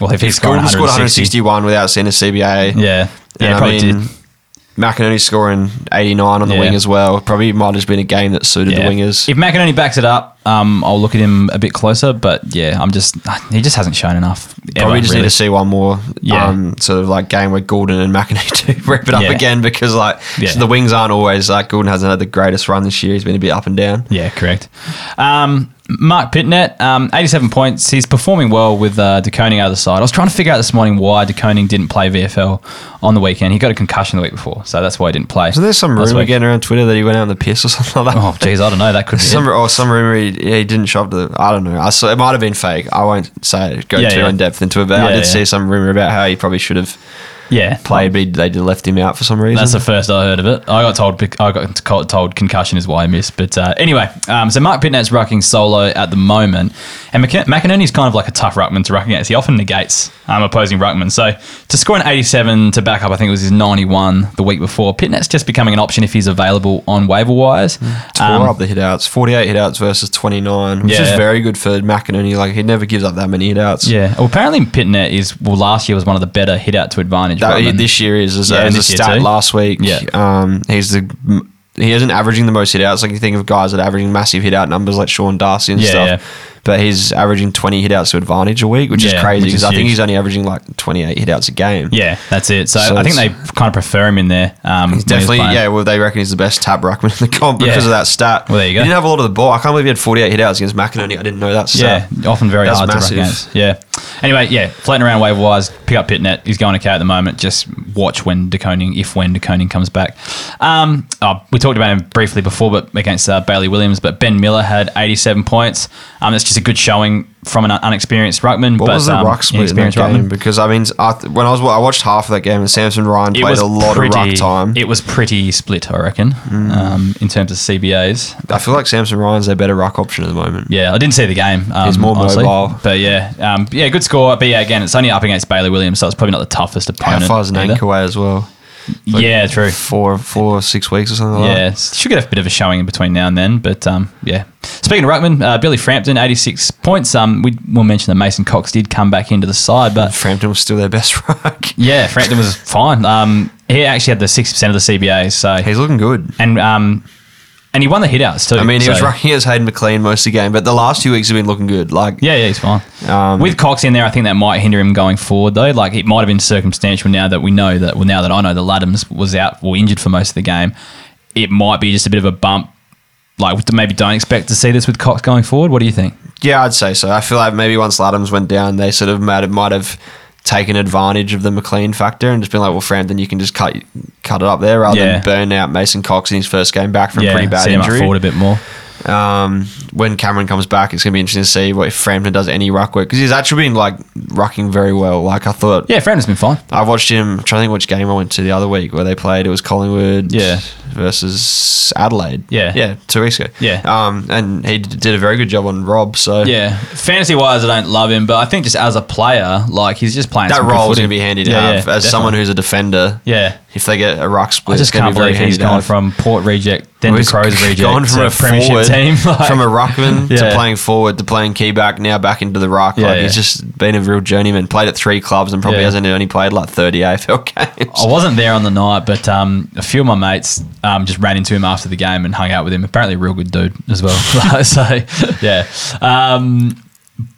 Well, if he's
Gordon
scoring
scored
160.
161 without seeing a CBA.
yeah, yeah.
And I
probably
mean,
did.
McInerney scoring 89 on the
Yeah.
wing as well. Probably might have just been a game that suited
Yeah.
the wingers.
If McInerney backs it up, um, I'll look at him a bit closer. But yeah, I'm just he just hasn't shown enough. ever,
Probably just
really.
need to see one more
Yeah.
um, sort of like game where Gordon and McInerney [LAUGHS] do rip it up
Yeah.
again because like
Yeah.
the wings aren't always like Gordon hasn't had the greatest run this year. He's been a bit up and down.
Yeah, correct. Um, Mark Pitnet, um, 87 points. He's performing well with uh, De Koning out of the side. I was trying to figure out this morning why De Koning didn't play VFL on the weekend. He got a concussion the week before, so that's why he didn't play.
So there's some
That's
rumor
why-
getting around Twitter that he went out on the piss or [LAUGHS] something like that.
Oh, geez, I don't know. That could be. it.
Some or some rumor he, he didn't show up to the. I don't know. I saw it might have been fake. I won't say go
Yeah,
too
yeah.
in depth into it, but I
Yeah,
did
yeah.
see some rumor about how he probably should have
yeah,
played. But they left him out for some reason.
That's the first I heard of it. I got told I got co- told concussion is why I missed. But uh, anyway, um, so Mark Pitnet's rucking solo at the moment, and McK- McInerney's kind of like a tough ruckman to ruck against. He often negates um, opposing ruckman. So to score an 87 to back up, I think it was his 91 the week before. Pitnet's just becoming an option if he's available on waiver wires. Um,
tore up the hitouts. 48 hitouts versus 29, which is
Yeah.
very good for McInerney. Like he never gives up that many hitouts.
yeah. Well, apparently Pitnet is well. Last year was one of the better hit out to advantage.
That
ruckmen.
this year is as,
Yeah,
as a
this year
stat
too.
last week.
Yeah.
Um, he's the he isn't averaging the most hitouts. Like you think of guys that are averaging massive hitout numbers like Sean Darcy and
Yeah,
stuff.
yeah.
But he's averaging 20 hitouts to advantage a week, which
Yeah,
is crazy
which is
because I think
huge.
he's only averaging like 28 hitouts a game.
yeah, that's it. So,
So
I think they
it's-
kind of prefer him in there. Um, when he was
Definitely,
playing.
yeah. Well, they reckon he's the best tab ruckman in the comp because
Yeah.
of that stat.
Well, there you go.
He didn't have a lot of the ball. I can't believe he had 48 hitouts against McInerney. I didn't know that stat.
Yeah, often very
That's
hard to
massive.
ruck against. Yeah. Anyway, yeah, floating around waiver wise, pick up Pitnet. He's going okay at the moment. Just watch when Deconing, if when Deconing comes back. Um, oh, we talked about him briefly before, but against uh, Bailey Williams. But Ben Miller had 87 points. Um, that's just a good showing from an unexperienced ruckman.
What
but,
was the
um,
ruck split in that
inexperienced ruckman.
game? Because I mean, I th- when I was I watched half of that game, and Samson Ryan
It
played
was
a lot
pretty,
of ruck time. Mm.
It was pretty split, I reckon, um, in terms of CBAs.
I feel like Samson Ryan's their better ruck option at the moment.
Yeah, I didn't see the game. Um,
He's more
honestly.
mobile.
but yeah, um, yeah, good score. But yeah, again, it's only up against Bailey Williams, so it's probably not the toughest
How
opponent.
far is an
either.
anchor away as well? Like
yeah, true.
Four, four or six weeks or something like
Yeah, should get a bit of a showing in between now and then. But um, yeah. Speaking of Ruckman, uh, Billy Frampton, 86 points. Um, we will mention that Mason Cox did come back into the side,
that.
but
Frampton was still their best [LAUGHS] ruck.
yeah, Frampton was fine. Um, he actually had the 6% of the CBA, so.
He's looking good.
And, um, and he won the hitouts too.
I mean, he was
so-
rucking as Hayden McLean most of the game, but the last few weeks have been looking good. Like,
Yeah, yeah, he's fine.
Um,
With Cox in there, I think that might hinder him going forward, though. Like it might have been circumstantial. Now that we know that, well, now that I know that Laddams was out or injured for most of the game, it might be just a bit of a bump. Like maybe don't expect to see this with Cox going forward. What do you think?
yeah, I'd say so. I feel like maybe once Laddams went down, they sort of might have, might have taken advantage of the McLean factor and just been like, well, Frampton, you can just cut cut it up there rather
Yeah.
than burn out Mason Cox in his first game back from a pretty bad
see him up
injury.
forward a bit more.
Um, when Cameron comes back, it's going to be interesting to see what if Frampton does any ruck work because he's actually been like rucking very well. Like I thought,
Yeah, Frampton's been fine.
I watched him. I'm trying to think which game I went to the other week where they played. It was Collingwood,
Yeah.
versus Adelaide.
Yeah.
yeah, two weeks ago.
Yeah.
um, and he d- did a very good job on Rob. So
Yeah, fantasy wise, I don't love him, but I think just as a player, like he's just playing
that
some good
role is
footy.
going to be handy to
Yeah,
have
yeah,
as
definitely.
someone who's a defender.
Yeah,
If they get a ruck split,
I just
it's gonna
can't believe
be very
he's
handy to
gone from
have.
Port reject, then
Well,
to
he's
Crows reject,
gone from
to
a
premiership
forward,
team, [LAUGHS] like-
from a ruckman
Yeah.
to playing forward to playing key back, now back into the ruck.
Yeah,
like he's
yeah.
just been a real journeyman. Played at three clubs and probably
Yeah. Oh,
hasn't only played like thirty AFL [LAUGHS] games.
I wasn't there on the night, but um, a few of my mates um, just ran into him after the game and hung out with him. Apparently, a real good dude as well. [LAUGHS] so, yeah. Um,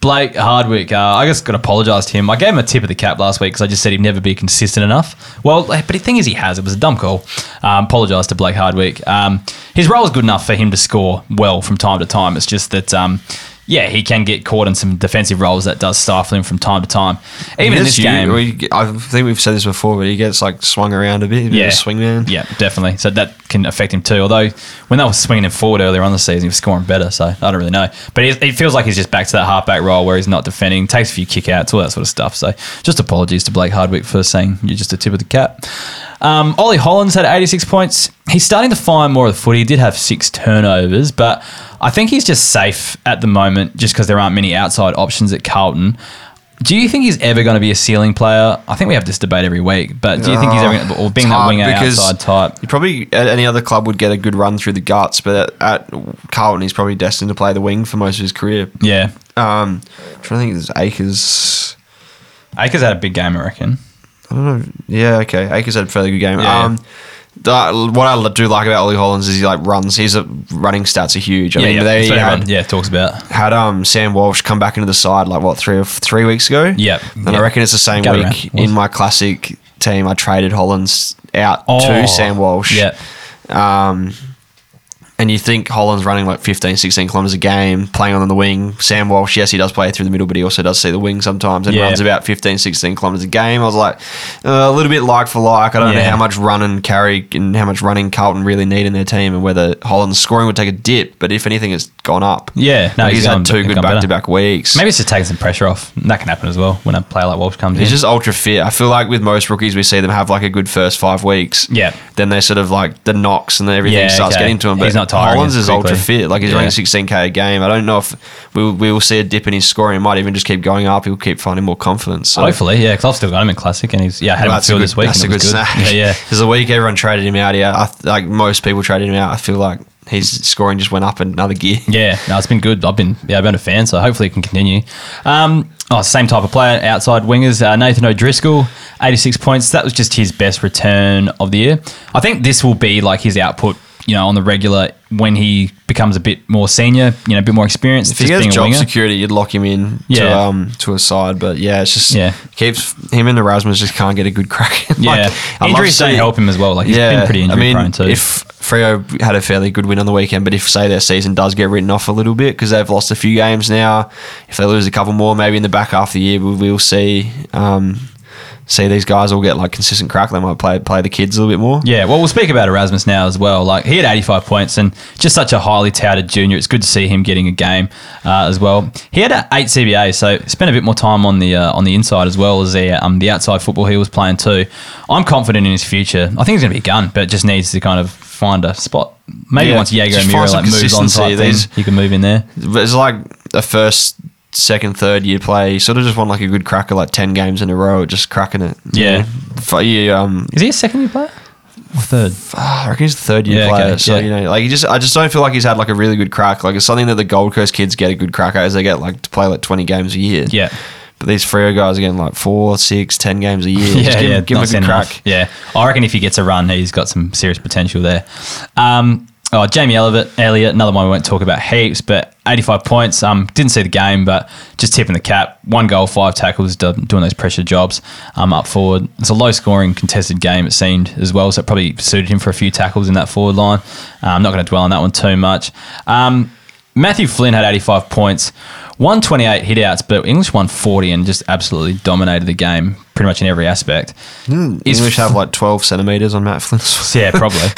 Blake Hardwick, uh, I just got to apologise to him. I gave him a tip of the cap last week because I just said he'd never be consistent enough. Well, eh, but the thing is, he has. It was a dumb call. Um, apologise to Blake Hardwick. Um, his role is good enough for him to score well from time to time. It's just that. Um, yeah, he can get caught in some defensive roles that does stifle him from time to time. Even in
Yes,
this
you-
game,
we- I think we've said this before, but he gets like swung around a bit. a bit of a swing man.
Yeah, definitely. So that can affect him too. Although when they were swinging him forward earlier on the season, he was scoring better. So I don't really know. But it, it feels like he's just back to that halfback role where he's not defending, takes a few kickouts, all that sort of stuff. So just apologies to Blake Hardwick for saying you're just a tip of the cap. Um, Ollie Hollands had 86 points. He's starting to find more of the footy. He did have six turnovers, but I think he's just safe at the moment just because there aren't many outside options at Carlton. Do you think he's ever going to be a ceiling player? I think we have this debate every week, but do you think he's ever going to, or being that
Oh. It's hard
winger
because
outside type?
You probably at any other club would get a good run through the guts, but at, at Carlton he's probably destined to play the wing for most of his career.
Yeah.
Um, I'm trying to think, there's Akers.
Akers had a big game, I reckon.
I don't know. Yeah, okay. Akers had a fairly good game.
Yeah.
Um, the- what I do like about Ollie Hollins is he like runs. His uh, running stats are huge. I mean, they
That's what
had,
everyone, yeah, talks about.
had um Sam Walsh come back into the side like what three or f- three weeks ago.
Yep.
and
Yep.
I reckon it's the same
Gather
week
round.
in my classic team. I traded Hollins out
Oh.
to Sam Walsh.
Yeah.
Um, and you think Holland's running like 15, 16 kilometres a game, playing on the wing. Sam Walsh, yes, he does play through the middle, but he also does see the wing sometimes and
Yeah.
runs about 15, 16 kilometres a game. I was like, uh, a little bit like for like. I don't know
Yeah.
how much run and carry and how much running Carlton really need in their team and whether Holland's scoring would take a dip, but if anything, it's gone up.
Yeah. No,
Like,
he's
he's,
gone-
had two
he's
good
gone better.
back to back weeks.
Maybe it's just taking some pressure off. And That can happen as well when a player like Walsh comes in.
He's just ultra fit. I feel like with most rookies, we see them have like a good first five weeks.
Yeah.
Then they sort of like the knocks and then everything
Yeah,
starts
okay.
getting to him. But
He's not tiring
Hollins
as
is ultra
quickly.
fit. Like he's
Yeah.
running 16k a game. I don't know if we'll, we'll see a dip in his scoring. It might even just keep going up. He'll keep finding more confidence. So.
Hopefully, yeah, because I've still got him in classic, and he's yeah, I had
Well,
him on
that's a
field
good,
this week.
that's a
and it
good
was
snack.
Yeah, [LAUGHS]
[LAUGHS]
yeah.
Because the week everyone traded him out, yeah, I, th- like most people traded him out. I feel like his scoring just went up another gear.
Yeah, no, it's been good. I've been yeah, I've been a fan, so hopefully it can continue. Um, oh, same type of player, outside wingers. Uh, Nathan O'Driscoll, eighty six points. That was just his best return of the year. I think this will be like his output you know, on the regular when he becomes a bit more senior, you know, a bit more experienced.
If he
just
gets
being a
job
winger.
security, you'd lock him in to
Yeah.
um to a side. But yeah, it's just
Yeah.
keeps him and Erasmus just can't get a good [LAUGHS] crack. Like,
yeah,
I'd love
injuries
to
don't
see-
help him as well. Like he's been pretty injury
I mean,
prone too.
If Freo had a fairly good win on the weekend, but if say their season does get written off a little bit because they've lost a few games now, if they lose a couple more, maybe in the back half of the year we will see um, see these guys all get like consistent crack. They might play play the kids a little bit more.
Yeah, well, we'll speak about Erasmus now as well. Like he had 85 points and just such a highly touted junior. It's good to see him getting a game uh, as well. He had uh, eight CBA, so spent a bit more time on the uh, on the inside as well as the um, the outside football he was playing too. I'm confident in his future. I think he's going to be a gun, but just needs to kind of find a spot. Maybe
Yeah,
once Jaeger
just
and
find
Mira
some
like moves on,
consistency.
type thing,
These-
you can move in there.
But it's like a first, second, third year play. You sort of just want like a good cracker, like ten games in a row, just cracking it. you
Yeah.
know? For you, um,
Is he a second year player? Or third?
Ah, I reckon he's the third year
Yeah,
player.
okay,
so
yeah.
you know, like he just, I just don't feel like he's had like a really good crack. Like it's something that the Gold Coast kids get a good crack at, is they get like to play like twenty games a year.
Yeah.
But these Freo guys are getting like four, six, ten games a year.
[LAUGHS]
just give, him,
not
give him a good
seen
crack.
enough. Yeah, I reckon if he gets a run, he's got some serious potential there. Um, oh, Jamie Elliott, Elliott, another one we won't talk about heaps, but 85 points. Um, didn't see the game, but just tipping the cap. One goal, five tackles, do- doing those pressure jobs um, up forward. It's a low scoring contested game, it seemed as well, so it probably suited him for a few tackles in that forward line. Uh, I'm not going to dwell on that one too much. Um, Matthew Flynn had 85 points, 128 hit outs, but English won 40 and just absolutely dominated the game pretty much in every aspect. Is
English have like twelve centimeters on Matt Flynn's.
Yeah, probably.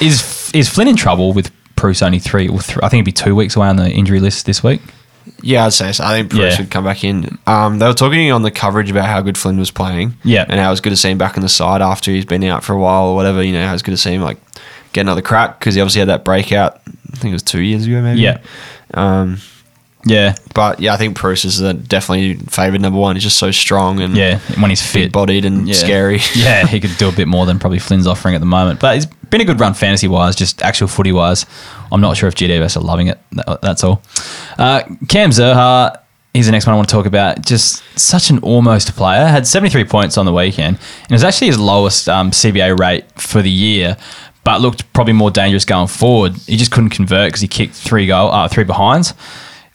is is Flynn in trouble with Bruce only three? Or th- I think it'd be two weeks away on the injury list this week.
yeah, I'd say so. I think Bruce
Yeah.
would come back in. Um, they were talking on the coverage about how good Flynn was playing.
Yeah.
And how it's good to see him back on the side after he's been out for a while or whatever. You know, how it's good to see him like get another crack because he obviously had that breakout. I think it was two years ago, maybe.
Yeah.
Um,
Yeah,
But yeah, I think Bruce is the definitely favoured number one. He's just so strong and
yeah. When he's fit,
big bodied and
Yeah.
scary.
[LAUGHS] yeah, he could do a bit more than probably Flynn's offering at the moment. But it's been a good run fantasy wise, just actual footy wise. I'm not sure if GWS are loving it. That- That's all. Uh, Cam Zerha, he's the next one I want to talk about. Just such an almost player. Had 73 points on the weekend, and it was actually his lowest um, CBA rate for the year. But looked probably more dangerous going forward. He just couldn't convert because he kicked three goal, uh, three behinds.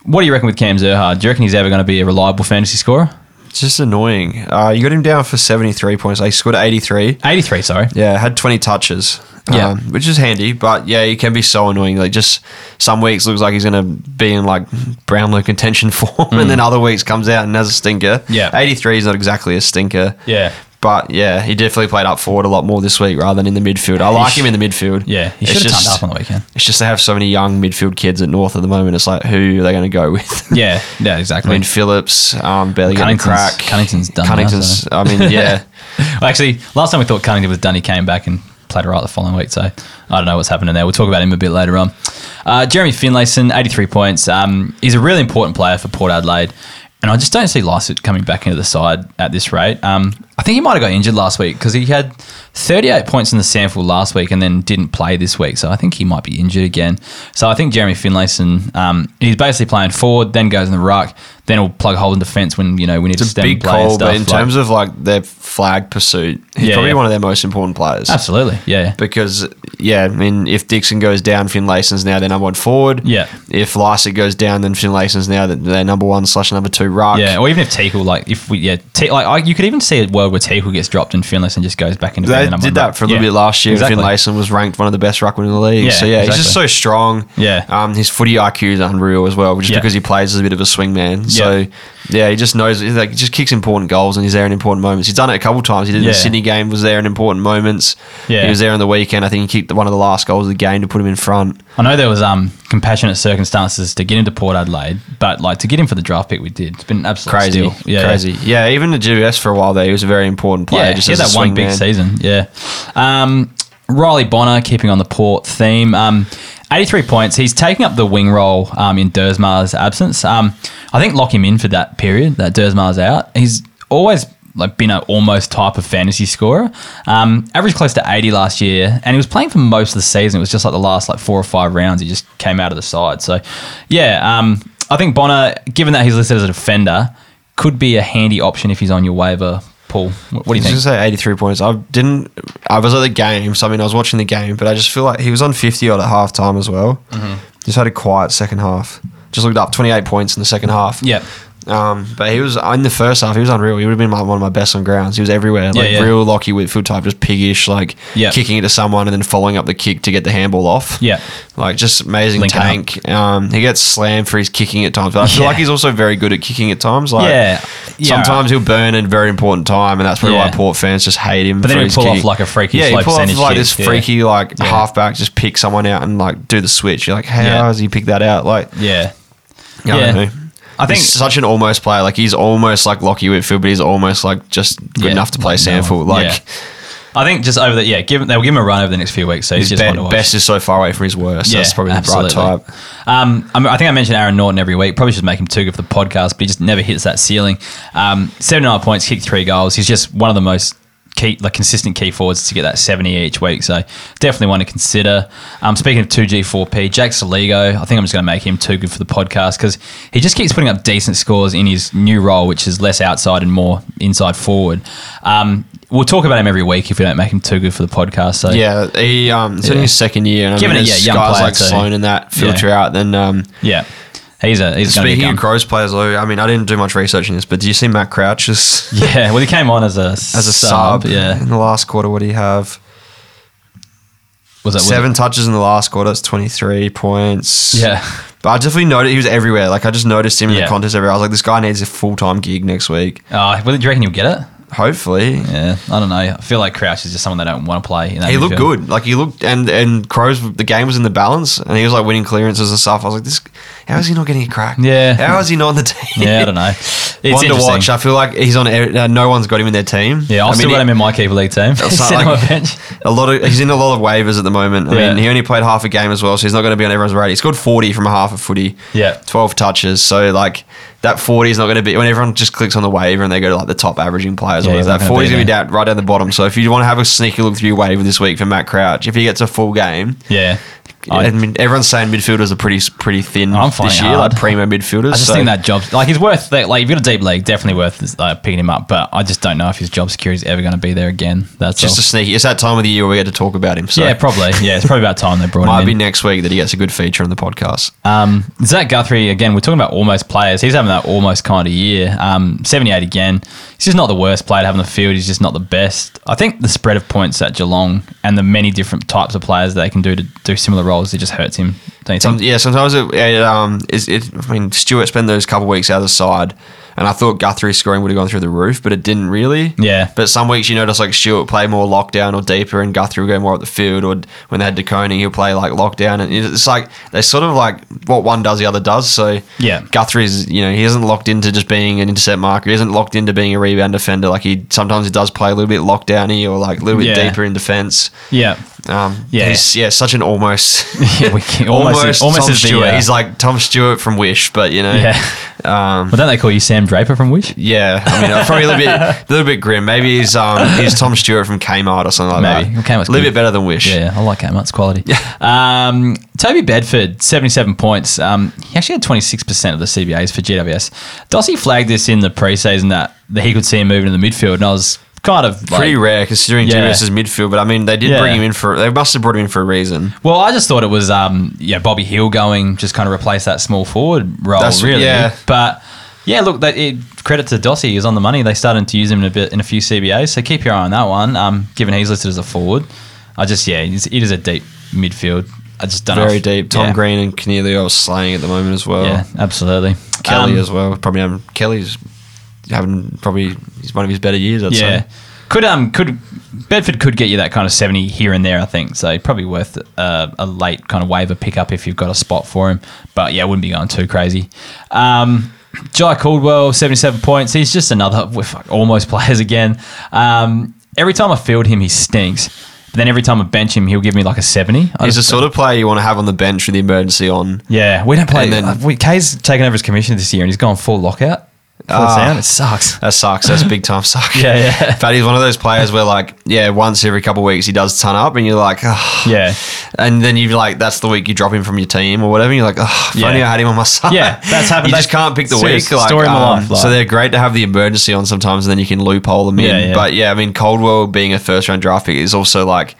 What do you reckon with Cam Zerha? Do you reckon he's ever going to be a reliable fantasy scorer?
[LAUGHS] It's just annoying. Uh, you got him down for 73 points. Like, he scored 83.
83, sorry.
Yeah, had 20 touches.
Yeah.
Um, which is handy, but yeah, he can be so annoying. Like, just some weeks looks like he's going to be in like Brownlow contention [LAUGHS] form, and then other weeks comes out and has a stinker.
Mm. Yeah.
83 is not exactly a stinker.
Yeah.
But yeah, he definitely played up forward a lot more this week rather than in the midfield. I like
sh-
him in the midfield.
Yeah, he
It's
should have
just-
turned up on the weekend.
It's just they have so many young midfield kids at North at the moment. It's like who are they going to go with?
[LAUGHS] Yeah, yeah,
I
exactly.
mean, Phillips, um, barely getting a
Cunnington's-
crack.
Cunnington's done now,
Cunnington's.
so.
I
[LAUGHS]
mean, yeah,
Well, actually, last time we thought Cunningham was done, he came back and played right the following week. So I don't know what's happening there. We'll talk about him a bit later on. Uh, Jeremy Finlayson, 83 points. Um, he's a really important player for Port Adelaide. And I just don't see Lysett coming back into the side at this rate. Um, I think he might have got injured last week because he had 38 points in the sample last week and then didn't play this week. So I think he might be injured again. So I think Jeremy Finlayson, um, he's basically playing forward, then goes in the ruck, then he'll plug hole in defence when you know we need to
it's a
stem
big
play and
call.
stuff.
But in
like-
terms of like their flag pursuit, he's
Yeah,
probably
yeah.
one of their most important players.
absolutely, yeah.
Because yeah, I mean, if Dixon goes down, Finlayson's now their number one forward.
Yeah.
If Lysick goes down, then Finlayson's now their- their number one slash number two ruck.
Yeah, or even if Teagle, like if we, yeah, Te- like I, you could even see a world where Teagle gets dropped and Finlayson just goes back into
They
being the number
did
one
that for a little
Yeah,
bit last year.
exactly.
Finlayson was ranked one of the best ruckmen in the league.
Yeah,
so yeah, he's just
exactly.
so strong.
Yeah.
um, his footy IQ is unreal as well, just
Yeah.
because he plays as a bit of a swingman.
Yeah.
So yeah, he just knows. he's Like, he just kicks important goals and he's there in important moments. He's done it a couple times. He did it in
Yeah.
the Sydney game. Was there in important moments.
Yeah.
he was there on the weekend. I think he kicked one of the last goals of the game to put him in front.
I know there was um compassionate circumstances to get him to Port Adelaide, but like to get him for the draft pick we did, it's been an absolute
Crazy,
steal. Yeah,
crazy. Yeah, even the GWS for a while there, he was a very important player.
Yeah,
just
he had
as
that
a
one big
swingman.
season. Yeah. Um, Riley Bonner, keeping on the port theme. Um, 83 points. He's taking up the wing role um, in Dersmar's absence. Um, I think lock him in for that period that Dersmar's out. He's always like been an almost type of fantasy scorer. Um, averaged close to 80 last year, and he was playing for most of the season. It was just like the last like four or five rounds. He just came out of the side. So, yeah, um, I think Bonner, given that he's listed as a defender, could be a handy option if he's on your waiver Paul? What, what do
He
you
was
think?
going to say 83 points. I didn't. I was at the game, so I mean, I was watching the game, but I just feel like he was on 50 odd at half time as well.
Mm-hmm.
Just had a quiet second half. Just looked up 28 points in the second half.
Yeah.
Um, but he was in the first half. He was unreal. He would have been like one of my best on grounds. He was everywhere, like
yeah.
real Lockie Whitfield type, just piggish, like
Yeah.
kicking it to someone and then following up the kick to get the handball off.
Yeah.
like just amazing
Linking up.
tank. Um, he gets slammed for his kicking at times, but I feel
Yeah.
like he's also very good at kicking at times. Like
Yeah. Yeah,
sometimes he'll burn in very important time, and that's probably
Yeah.
why Port fans just hate him.
But then
for
he'll
his
pull off,
kicking.
like, a freaky
yeah,
slow
he pull off
percentage
like
kick,
this
yeah.
freaky like halfback, just pick someone out and like do the switch. You're like, how
Yeah.
has he picked that out? Like,
Yeah.
yeah, I, don't
Yeah.
know.
I think-
he's such an almost player. Like he's almost like Lockie Whitfield, but he's almost like just good
Yeah.
enough to play Sanford.
No.
Like
Yeah. I think just over the yeah, give they'll give him a run over the next few weeks. So he's
his
just
be-
one to watch.
best is so far away from his worst.
Yeah,
that's probably the right
absolutely.
type.
Um, I, mean, I think I mentioned Aaron Norton every week. Probably should make him too good for the podcast, but he just never hits that ceiling. Um, Seventy-nine points, kicked three goals. He's just one of the most key, like consistent key forwards to get that seventy each week. So definitely one to consider. Um, speaking of two G four P, Jack Saligo. I think I'm just going to make him too good for the podcast because he just keeps putting up decent scores in his new role, which is less outside and more inside forward. Um, we'll talk about him every week if we don't make him too good for the podcast. So
Yeah, he um, it's in
Yeah.
his second year, and I
Given
mean,
it,
there's
yeah, young
guys
player
like
too.
Sloan and that filter out. Then um,
yeah. He's a he's going to be
speaking
a gun.
of Crows players, though, I mean, I didn't do much research in this, but do you see Matt Crouch as
[LAUGHS] Yeah, well, he came on as a
[LAUGHS] as a sub?
Yeah,
in the last quarter, what do you have?
was it
Seven touches in the last quarter. That's twenty three points.
Yeah.
But I definitely noticed he was everywhere. Like I just noticed him in
Yeah.
the contest everywhere. I was like, this guy needs a full time gig next week.
Uh, well, do you reckon he'll get it?
Hopefully,
Yeah, I don't know. I feel like Crouch is just someone they don't want to play. In that
he looked
midfield.
good. Like he looked, and and Crows the game was in the balance, and he was like winning clearances and stuff. I was like, this, how is he not getting a crack?
Yeah.
how is he not on the team?
[LAUGHS]
[LAUGHS]
Yeah, I don't know. It's
One to
interesting.
watch. I feel like he's on. every- Uh, no one's got him in their team.
Yeah, I'll
I
still
he-
got him in my keeper league team. [LAUGHS]
so,
Sit him on
like-
my bench.
A lot of he's in a lot of waivers at the moment. I
Yeah.
mean, he only played half a game as well, so he's not going to be on everyone's radar. He scored forty from a half a footy.
Yeah.
twelve touches. So like that forty is not going to be when everyone just clicks on the waiver and they go to like the top averaging players.
Yeah,
Yeah,
he's not
that
gonna
forty is
be
going to be down right down the bottom. So if you want to have a sneaky look through your waiver this week for Matt Crouch, if he gets a full game. [LAUGHS]
Yeah, I,
I mean, everyone's saying midfielders are pretty pretty thin
I'm
this
finding
year,
it hard.
like primo midfielders.
I just
so-
think that job like he's worth that. Like if you've got a deep league, definitely worth uh, picking him up. But I just don't know if his job security is ever going to be there again. That's
just a
all.
sneaky. It's that time of the year where we get to talk about him. So
yeah, probably. Yeah, it's probably about time they brought
[LAUGHS] might
him
be
in.
next week that he gets a good feature on the podcast.
Um, Zach Guthrie, again, we're talking about almost players. He's having that almost kind of year. Um, 78 again. He's just not the worst player to have on the field. He's just not the best. I think the spread of points at Geelong and the many different types of players they can do to do similar roles, it just hurts him. Don't you
Some,
think?
yeah, sometimes it, it um is it. I mean, Stewart spent those couple weeks out of the side, and I thought Guthrie's scoring would have gone through the roof, but it didn't really.
Yeah.
But some weeks you notice like Stewart play more lockdown or deeper, and Guthrie would go more up the field. Or when they had DeConing, he'll play like lockdown, and it's like they sort of like what one does, the other does. So
Yeah.
Guthrie's you know he isn't locked into just being an intercept marker. He isn't locked into being a rebound defender. Like he sometimes he does play a little bit lockdowny or like a little bit
Yeah.
deeper in defense.
Yeah. [LAUGHS]
Um,
Yeah.
yeah, he's, yeah, such an almost,
Yeah, we
[LAUGHS]
can- almost- almost
Tom
is the,
Stewart.
uh,
he's like Tom Stewart from Wish, but you know,
Yeah.
um,
Well, don't they call you Sam Draper from Wish?
yeah. I mean, uh, probably a little bit, a little bit grim. Maybe he's um, he's Tom Stewart from Kmart or something like
Maybe.
that.
Kmart's
a little
good.
bit better than Wish.
Yeah, I like Amat's quality. [LAUGHS] Um, Toby Bedford, 77 points. Um, he actually had 26% of the CBAs for GWS. Dossie flagged this in the preseason that, that he could see him moving in the midfield, and I was kind of like,
Pretty rare considering
Yeah.
yeah. is midfield, but I mean they did
Yeah.
bring him in for they must have brought him in for a reason.
Well, I just thought it was um, yeah, Bobby Hill going just kind of replace that small forward role,
That's-
really.
yeah.
But yeah, look, that it, credit to Dossie, he was on the money. They started to use him in a bit in a few CBAs, so keep your eye on that one. Um, given he's listed as a forward, I just yeah, it is, it is a deep midfield. I just don't know
Very
if-
deep. Tom
yeah.
Green and Cornelio are slaying at the moment as well.
Yeah, absolutely.
Kelly
Um,
as well. Probably um, Kelly's having probably he's one of his better years. I'd
Yeah.
say.
Could um could Bedford could get you that kind of seventy here and there I think so probably worth uh, a late kind of waiver pickup if you've got a spot for him but yeah wouldn't be going too crazy. Um, Jai Caldwell seventy seven points he's just another we're fuck- almost [LAUGHS] players again. Um, every time I field him he stinks. But then every time I bench him he'll give me like a seventy. I
He's the
just-
sort of player you want to have on the bench with the emergency on.
yeah we don't play.
And then-
uh, we, K's taken over his commission this year and he's gone full lockout. For the sound, it
[LAUGHS]
sucks.
That sucks. That's big time
[LAUGHS]
suck.
Yeah, yeah.
But he's one of those players where, like, yeah, once every couple of weeks he does ton up, and you're like, oh.
Yeah.
And then you're like, that's the week you drop him from your team or whatever. And you're like, oh, if
Yeah.
only I had him on my [LAUGHS] side.
Yeah, that's happened.
You
That's
just can't pick the
serious
week. Like,
story of my
um,
life, like-
So they're great to have the emergency on sometimes, and then you can loophole them
Yeah,
in.
yeah.
But yeah, I mean, Coldwell being a first round draft pick is also like.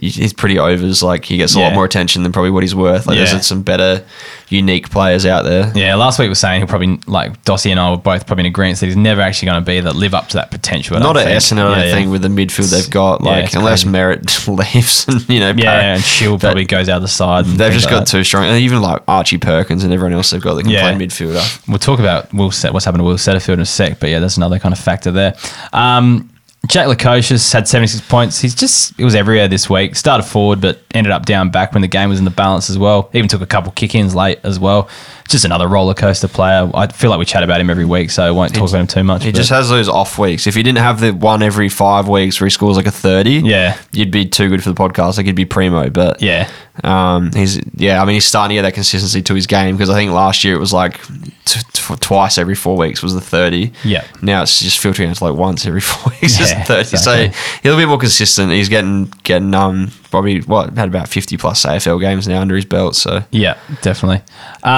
He's pretty overs. Like he gets a
Yeah.
lot more attention than probably what he's worth. Like
Yeah.
there's some better, unique players out there.
Yeah, last week was saying he'll probably like Dossie and I were both probably in agreement that he's never actually going to be that live up to that potential. I
Not
don't
at
think.
Essendon, I
Yeah,
don't
yeah.
think, with the midfield they've got.
Yeah,
Like,
it's
unless
crazy.
Merritt [LAUGHS] leaves and, you know,
Yeah,
Parrott-
and Shield probably goes out the side. and
they've
things
just
like
got
that.
too strong. And even like Archie Perkins and everyone else they've got that can
Yeah.
play midfielder.
We'll talk about Will Set, what's happened to Will Setterfield in a sec, but yeah, that's another kind of factor there. Um, Jack Lacocious had 76 points. He's just, it was everywhere this week. Started forward, but ended up down back when the game was in the balance as well. Even took a couple kick ins late as well. Just another roller coaster player. I feel like we chat about him every week, so I won't talk about him too much.
He
but-
just has those off weeks. If he didn't have the one every five weeks where he scores like a 30,
Yeah.
you'd be too good for the podcast. Like, he'd be primo. But
yeah.
Um, he's yeah. I mean, he's starting to get that consistency to his game because I think last year it was like t- t- twice every four weeks was the thirty.
Yeah.
Now it's just filtering into like once every [LAUGHS] four weeks
Yeah,
is thirty.
exactly.
So he's a little bit more consistent. He's getting getting um probably what had about fifty plus AFL games now under his belt. So
Yeah, definitely.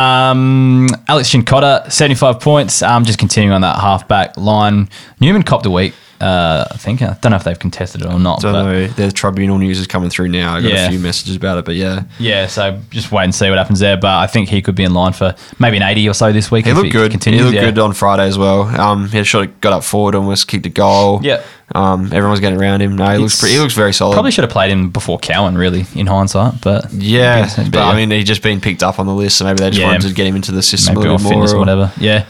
Um, Alex Shinkotta, 75 points. Um, just continuing on that halfback line. Newman copped a week, uh, I think. I don't know if they've contested it or not.
don't
but
know. The tribunal news is coming through now. I got
Yeah.
a few messages about it, but yeah,
Yeah, so just wait and see what happens there. But I think he could be in line for maybe an 80 or so this week.
he
if
looked good.
Continues.
he looked
yeah.
good on Friday as well. Um, he sort of got up forward, almost kicked a goal.
Yeah.
Um, everyone was getting around him. No, he looks
It's-
pretty. He looks very solid.
Probably should have played him before Cowan, really, in hindsight. But
Yeah, but,
yeah.
I mean, he's just been picked up on the list, so maybe they just
Yeah.
wanted to get him into the system
maybe
a
or
little bit more.
fitness or
or-
whatever. Yeah.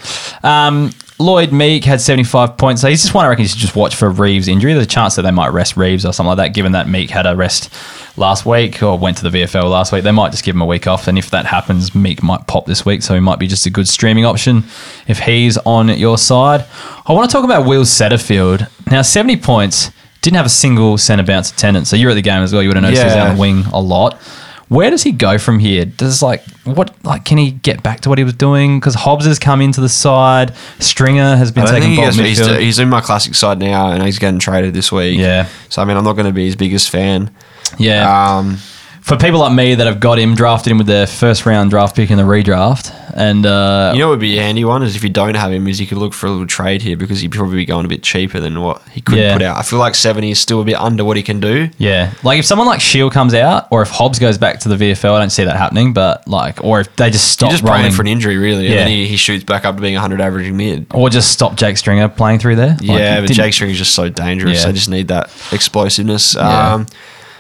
Um, Lloyd Meek had 75 points. So he's just one I reckon you should just watch for Reeves' injury. There's a chance that they might rest Reeves or something like that, given that Meek had a rest last week or went to the VFL last week. They might just give him a week off. And if that happens, Meek might pop this week. So he might be just a good streaming option if he's on your side. I want to talk about Will Setterfield. Now, 70 points, didn't have a single centre bounce attendance. So you're at the game as well. You would have noticed he was
Yeah.
out on the wing a lot. Where does he go from here? Does like what like can he get back to what he was doing? Because Hobbs has come into the side. Stringer has been
I don't
taking
think he
ball
gets, he's,
midfield.
he's in my classic side now, and he's getting traded this week.
Yeah.
So I mean, I'm not going to be his biggest fan.
yeah,
Um,
for people like me that have got him drafted him with their first round draft pick in the redraft, and uh,
you know, what would be a handy one is if you don't have him, is you could look for a little trade here because he'd probably be going a bit cheaper than what he could
Yeah.
put out. I feel like 70 is still a bit under what he can do.
yeah, like if someone like Shield comes out, or if Hobbs goes back to the VFL, I don't see that happening. But like, or if they just
You're
stop
just
rolling,
praying for an injury, really,
Yeah.
and then he, he shoots back up to being 100 averaging mid.
or just stop Jake Stringer playing through there. Like,
yeah,
it
but
didn't-
Jake String is just so dangerous.
Yeah.
They just need that explosiveness.
Yeah.
Um,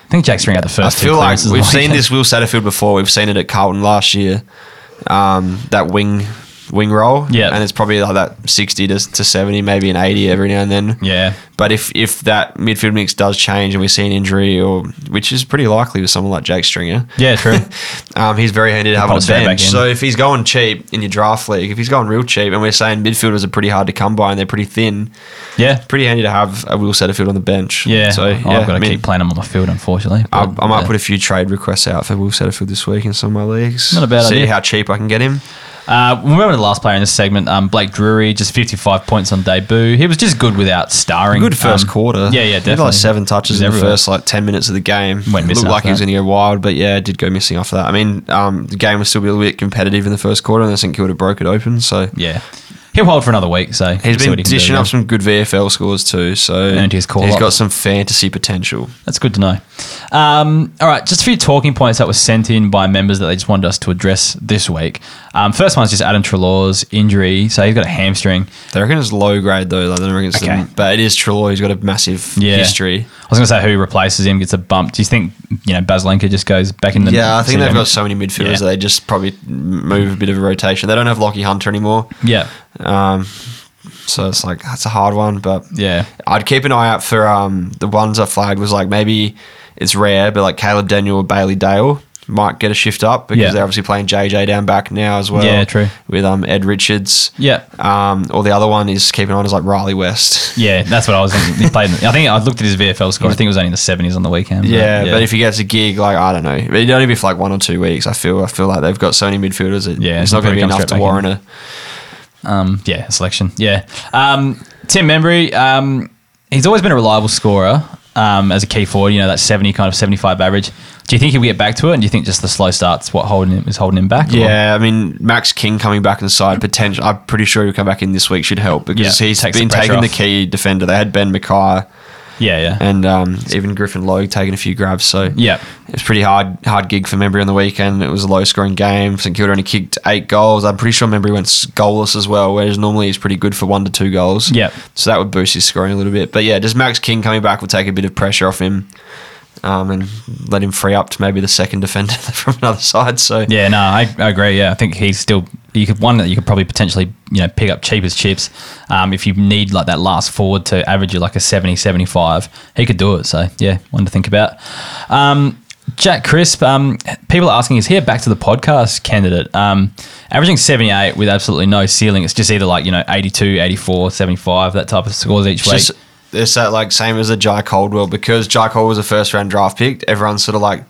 I think Jake Stringer had the
I
first. two
feel like
clearances
we've
on the [LAUGHS]
seen
weekend.
this Will Satterfield before. We've seen it at Carlton last year. Um, that wing wing roll.
Yeah.
And it's probably like that 60 to, to 70, maybe an 80 every now and then.
Yeah,
But if, if that midfield mix does change and we see an injury, or which is pretty likely with someone like Jake Stringer,
yeah,
[LAUGHS]
true.
um, he's very handy to have on
pops
a
straight back
bench.
in.
So if he's going cheap in your draft league, if he's going real cheap, and we're saying midfielders are pretty hard to come by and they're pretty thin,
yeah,
pretty handy to have a Will Satterfield on the bench.
Yeah. Oh,
So yeah,
I've got to
I mean,
keep playing them on my field, unfortunately.
I,
but,
I might
yeah.
put a few trade requests out for Will Setterfield this week in some of my leagues.
Not a bad
See
idea.
how cheap I can get him.
Uh, remember the last player in this segment, um, Blake Drury, just 55 points on debut. He was just good without starring.
Good first
Um,
quarter.
Yeah, yeah,
He had
definitely.
like seven touches
He's
in
everywhere.
the first like ten minutes of the game.
Went missing
Looked like
after
he was
that.
going to go wild, but yeah, it did go missing after that. I mean, um, the game was still a little bit competitive in the first quarter, and then St Kilda broke it open. So
Yeah. He'll hold for another week, so
he's
we'll see
been
what he can do
dishing
there.
up some good VFL scores too. So
And his call
he's
up.
got some fantasy potential.
That's good to know. Um, all right, just a few talking points that were sent in by members that they just wanted us to address this week. Um, first one's just Adam Trelaw's injury. So he's got a hamstring.
They reckon it's low grade though. Like, they don't reckon it's
Okay.
the, but it is Trelaw. He's got a massive
Yeah.
history.
I was going to say who replaces him gets a bump. Do you think, you know, Baslenka just goes back in the.
Yeah, I think they've got
got.
so many midfielders
Yeah.
that they just probably move a bit of a rotation. They don't have Lockie Hunter anymore,
Yeah.
um, so it's like that's a hard one. But
Yeah.
I'd keep an eye out for um, the ones I flagged. Was like maybe it's rare, but like Caleb Daniel or Bailey Dale might get a shift up because
Yeah.
they're obviously playing JJ down back now as well.
Yeah, true.
With um Ed Richards.
Yeah.
Um, or the other one is keeping on is like Riley West.
Yeah, that's what I was thinking. He played. I think I looked at his VFL score. I think it was only in the seventies on the weekend. but
Yeah, but if he gets a gig, like I don't know, it'd only be for like one or two weeks. I feel I feel like they've got so many midfielders. It,
Yeah,
it's
he'll
not going
probably
to be
come
enough
straight
to
back in.
warrant a
Um, yeah, a selection. Yeah. Um, Tim Membry, um, he's always been a reliable scorer um, as a key forward, you know, that 70 kind of 75 average. Do you think he'll get back to it? And do you think just the slow starts what holding him is holding him back? or-
Yeah, I mean Max King coming back inside potential. I'm pretty sure he'll come back in this week should help because
Yeah,
he's
takes the
been
pressure
taking the
off.
key defender. They had Ben Mackay
yeah, yeah.
and um, even Griffin Logue taking a few grabs. So
Yeah.
it was pretty hard hard gig for Membry on the weekend. It was a low scoring game. St Kilda only kicked eight goals. I'm pretty sure Membry went s- goalless as well, whereas normally he's pretty good for one to two goals.
Yep.
so that would boost his scoring a little bit. But yeah, just Max King coming back will take a bit of pressure off him. Um, and let him free up to maybe the second [LAUGHS] defender from another side. So
Yeah, no, I, I agree. Yeah, I think he's still you could one that you could probably potentially you know pick up cheap as chips. Um, if you need like that last forward to average you like a 70, 75, he could do it. So yeah, one to think about. Um, Jack Crisp, um, people are asking, is he a back to the podcast candidate? Um, averaging 78 with absolutely no ceiling. It's just either like, you know, 82, 84, 75, that type of scores each
It's
week.
just it's that like same as the Jai Coldwell because Jai Coldwell was a first round draft pick. Everyone's sort of like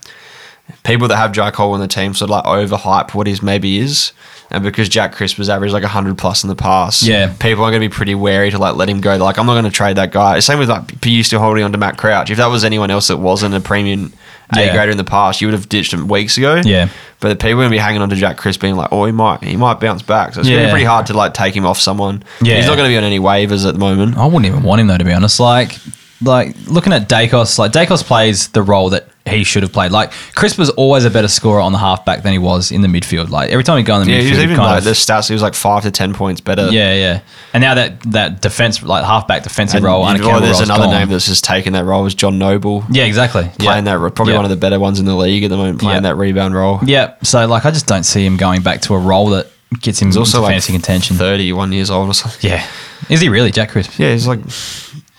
people that have Jai Coldwell on the team sort of like overhype what his maybe is, and because Jack Crisp has averaged like hundred plus in the past,
Yeah.
people are going to be pretty wary to like let him go. Like I'm not going to trade that guy. Same with like you still holding on to Matt Crouch. If that was anyone else that wasn't a premium. A
Yeah.
grader in the past, you would have ditched him weeks ago.
Yeah.
but people are gonna be hanging on to Jack Crisp, being like, "Oh, he might, he might bounce back." So it's gonna
Yeah.
be pretty hard to like take him off someone.
Yeah.
he's not gonna be on any waivers at the moment.
I wouldn't even want him though, to be honest. Like, like looking at Dacos, like Dacos plays the role that he should have played. Like Crisp was always a better scorer on the halfback than he was in the midfield. Like every time he go in the
Yeah,
midfield,
he was even
kind
like uh,
of-
the stats. He was like five to ten points better.
yeah, yeah. And now that that defense, like halfback defensive
and
role,
you-
under
oh,
Campbell
there's
role's
another
gone.
name that's just taken that role is John Noble
Yeah, exactly.
playing
yeah.
that that probably
Yeah.
one of the better ones in the league at the moment playing
Yeah.
that rebound role.
Yeah, so like I just don't see him going back to a role that gets him
He's also
into
like
fantasy contention.
Thirty-one years old or something. [LAUGHS]
Yeah, is he really Jack Crisp?
Yeah, he's like.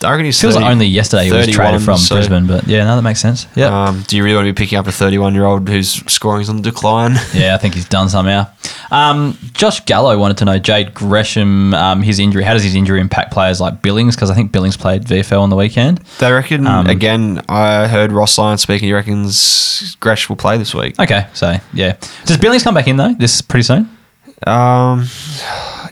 I reckon he's
Feels
30
like only yesterday he was traded
31,
from
so,
Brisbane, but yeah, no, that makes sense. Yeah,
Um, do you really want to be picking up a 31 year old whose scoring's on the decline? [LAUGHS]
Yeah, I think he's done somehow. Um, Josh Gallo wanted to know Jade Gresham, um, his injury. How does his injury impact players like Billings? Because I think Billings played VFL on the weekend.
They reckon,
Um,
again, I heard Ross Lyon speaking. He reckons Gresh will play this week.
Okay, so yeah, does Billings come back in though? This pretty soon. [CLEARS THROAT]
Um,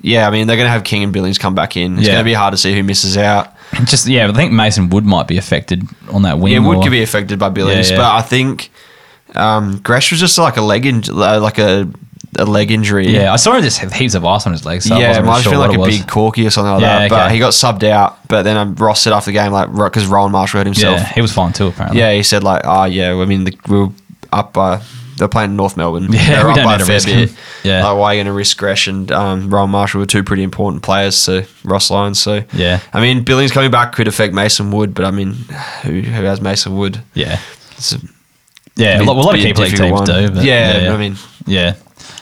yeah, I mean, they're going to have King and Billings come back in. It's
Yeah.
going to be hard to see who misses out.
Just yeah, I think Mason Wood might be affected on that wing.
Yeah, Wood
or-
could be affected by Billings,
Yeah, yeah.
but I think um, Gresh was just like a leg, in, uh, like a, a leg injury.
Yeah, I saw him just have heaps of ice on his legs. So I
yeah,
wasn't
it might
really
have
sure
been
what it
like a
was.
big corky or something like
Yeah,
that.
okay.
But he got subbed out. But then um, Ross said after the game, like, because Roland Marshall hurt himself.
Yeah, he was fine too apparently.
Yeah, he said like, oh yeah, I mean, the, we were up by they're playing North Melbourne.
Yeah, [LAUGHS]
they're
we
up
don't
by
need to
a fair
risk him.
bit.
Yeah.
like, why are you going to risk Gresh and um, Rowan Marshall were two pretty important players to Ross Lyons. So
Yeah.
I mean, Billings coming back could affect Mason Wood, but I mean, who, who has Mason Wood?
yeah,
It's a,
yeah. A lot, a lot of
be
keep league teams
difficult one.
do. But
yeah, I mean.
yeah.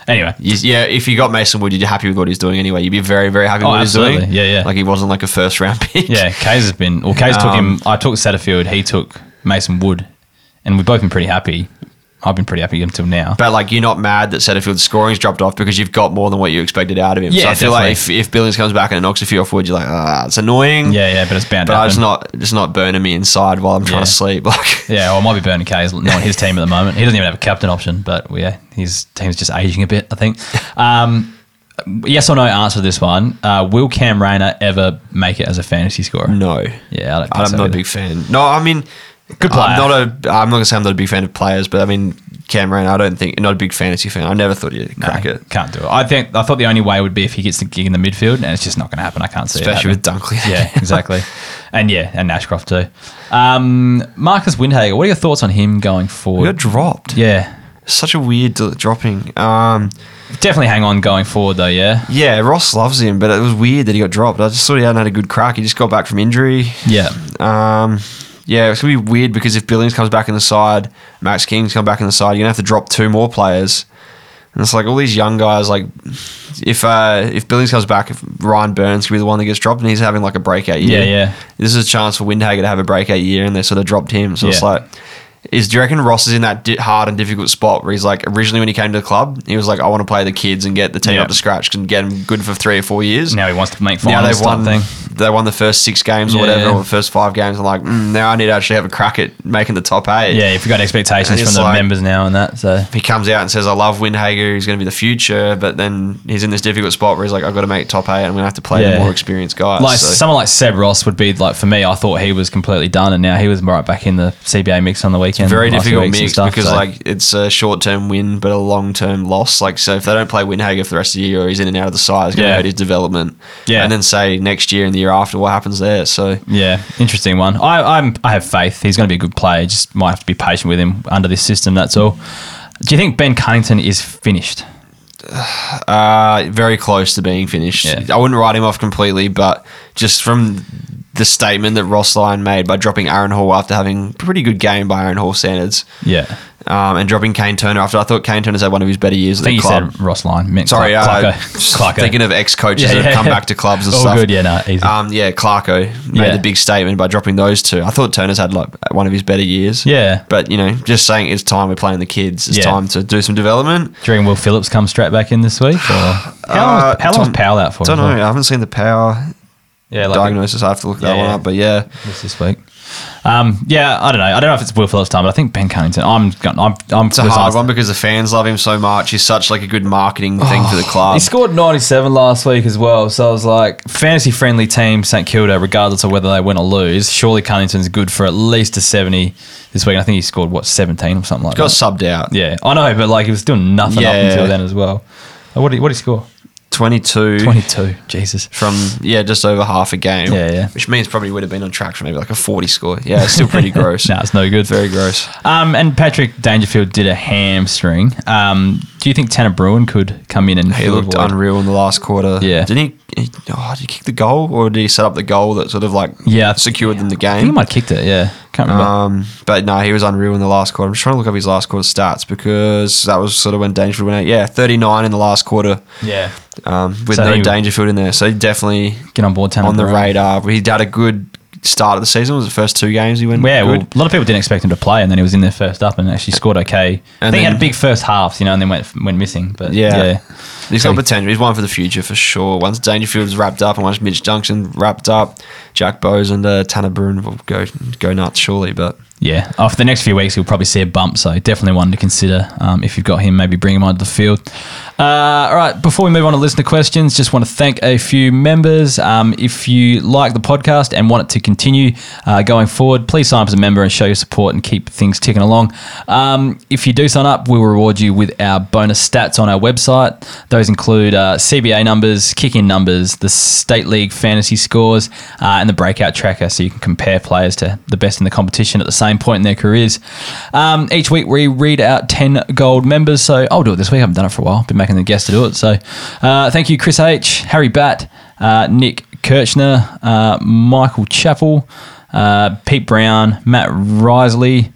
Anyway,
you- Yeah, if you got Mason Wood, you'd be happy with what he's doing anyway. You'd be very, very happy
Oh,
with what
absolutely.
he's doing.
Yeah, yeah.
Like he wasn't like a first round [LAUGHS] pick.
Yeah, Kays has been. Well, Kays took
Um,
him. I took Satterfield. He took Mason Wood, and we've both been pretty happy. I've been pretty happy until now.
But like, you're not mad that Setterfield's scoring's dropped off because you've got more than what you expected out of him. so
Yeah,
I feel like if,
definitely.
if Billings comes back and knocks a few off wood, you're like, ah, it's annoying.
yeah, yeah, but it's bound
But
to
I just
happen.
not just not burning me inside while I'm trying
Yeah.
to sleep. [LAUGHS] Like,
yeah, well, I might be burning Kays not on his team at
[LAUGHS]
the moment. He doesn't even have a captain option, but yeah, his team's just aging a bit. I think. Um, yes or no answer to this one. Uh, will Cam Rayner ever make it as a fantasy scorer?
no,
Yeah, I don't. Think
I'm
so
not a
either.
big fan. No, I mean,
Good
I'm
player.
not a. I'm not gonna say I'm not a big fan of players, but I mean, Cameron, I don't think not a big fantasy fan. I never thought he'd
No,
crack it,
Can't do it. I think I thought the only way would be if he gets the gig in the midfield, and it's just not going to happen. I can't see it.
especially
happening.
with Dunkley. [LAUGHS]
Yeah, exactly. and yeah, and Ashcroft too. Um, Marcus Windhager, what are your thoughts on him going
we got
forward?
dropped.
Yeah.
Such a weird d- dropping. Um,
Definitely hang on going forward though, yeah.
yeah, Ross loves him, but it was weird that he got dropped. I just thought he hadn't had a good crack. He just got back from injury.
Yeah.
Um, yeah, it's gonna be weird because if Billings comes back in the side, Max King's come back in the side, you're gonna have to drop two more players, and it's like all these young guys. Like, if uh, if Billings comes back, if Ryan Burns could be the one that gets dropped, and he's having like a breakout year.
Yeah, yeah.
This is a chance for Windhager to have a breakout year, and they sort of dropped him. So it's
Yeah.
like. Is do you reckon Ross is in that di- hard and difficult spot where he's like originally when he came to the club he was like I want to play the kids and get the team
Yeah.
up to scratch and get them good for three or four years
Now he wants to make
now
finals
they've
type
won
thing.
they won the first six games or
Yeah.
whatever, or the first five games. I'm like, mm, now I need to actually have a crack at making the top eight.
Yeah, you've got expectations
And
from
it's
the
like-
members now and that. So
He comes out and says, I love Windhager. He's going to be the future. But then he's in this difficult spot where he's like, I've got to make top eight. I'm going to have to play
Yeah.
the more experienced guys.
like
So-
someone like Seb Ross would be like for me. I thought he was completely done, and now he was right back in the CBA mix on the weekend.
very
last few
difficult
weeks and
mix
stuff,
because
so-
like it's a short term win but a long term loss. Like so, if they don't play Winhager for the rest of the year, or he's in and out of the side, it's going to
Yeah.
hurt his development.
Yeah.
and then say next year and the year after, what happens there? So
yeah, interesting one. I I'm, I have faith he's going to be a good player. Just might have to be patient with him under this system. That's all. Do you think Ben Cunnington is finished?
uh, very close to being finished.
Yeah.
I wouldn't write him off completely, but just from the statement that Ross Lyon made by dropping Aaron Hall after having a pretty good game by Aaron Hall standards,
Yeah,
um, and dropping Kane Turner after I thought Kane Turner's had one of his better
I
years at
think
the
you
club.
said Ross Lyon. Meant
Sorry,
Clark-
uh,
Clarko. Clarko.
thinking of ex coaches
Yeah,
that have
yeah.
come back to clubs and
All
stuff.
good, yeah, no, easy.
Um, yeah, Clarko made
Yeah.
the big statement by dropping those two. I thought Turner's had like one of his better years.
Yeah.
but you know, just saying it's time we're playing the kids. It's
Yeah.
time to do some development.
Do you reckon Will Phillips come straight back in this
[SIGHS]
week? Or how long,
Uh,
how long was
don't-
Powell out for?
Don't
as
know.
well?
I haven't seen the power
Yeah, like
diagnosis. I have to look that
Yeah,
one
yeah.
up. But yeah,
this, this week. Um, yeah, I don't know. I don't know if it's Will Phillips time, but I think Ben Cunnington. I'm going. I'm. I'm.
it's a hard one because the fans love him so much. He's such like a good marketing thing for the club.
He scored 97 last week as well, so I was like, fantasy friendly team St Kilda, regardless of whether they win or lose. Surely Cunnington's good for at least a 70 this week. And I think he scored what 17 or something like that.
Got subbed out.
Yeah, I know, but like he was doing nothing up
Yeah.
until then as well. Uh, What did he, what did he
[LAUGHS]
score?
Twenty two.
22. Jesus.
from yeah, just over half a game.
Yeah, yeah.
Which means probably would have been on track for maybe like a forty score. Yeah, it's still pretty gross.
No, it's no good.
Very gross.
Um, and Patrick Dangerfield did a hamstring. Um, do you think Tanner Bruin could come in and
He
fill the
looked
void?
unreal in the last quarter.
Yeah.
Didn't he, he- oh, did he kick the goal or did he set up the goal that sort of like
Yeah, I th-
secured them the
I think he
game?
might have kicked it. Yeah, can't remember.
Um, but no, he was unreal in the last quarter. I'm just trying to look up his last quarter stats because that was sort of when Dangerfield went out. Yeah, 39 in the last quarter
yeah,
um, with
So
no
he-
Dangerfield in there. So definitely
get on board, Tanner.
on the
Bruin.
radar. He had a good start of the season. It was the first two games he went
Yeah, well,
good.
a lot of people didn't expect him to play, and then he was in there first up and actually scored okay. I
And
think he had
then-
a big first half, you know, and then went went missing. But yeah,
Yeah. He's
So
got
he-
potential. He's one for the future for sure. Once Dangerfield's wrapped up and once Mitch Junction wrapped up, Jack Bowes and uh, Tanner Bruin will go go nuts surely. But
yeah. After the next few weeks, you'll probably see a bump, so definitely one to consider um, if you've got him. Maybe bring him onto the field. Uh, all right, before we move on to listener questions, just want to thank a few members. Um, if you like the podcast and want it to continue uh, going forward, please sign up as a member and show your support and keep things ticking along. Um, if you do sign up, we will reward you with our bonus stats on our website. Those include uh, CBA numbers, kick in numbers, the State League fantasy scores, uh, and the breakout tracker so you can compare players to the best in the competition at the same point in their careers. Um, each week we read out 10 gold members, so I'll do it this week. I haven't done it for a while. Been making the guest to do it. So uh, thank you, Chris H., Harry Batt, uh, Nick Kirchner, uh, Michael Chappell, uh, Pete Brown, Matt Risley,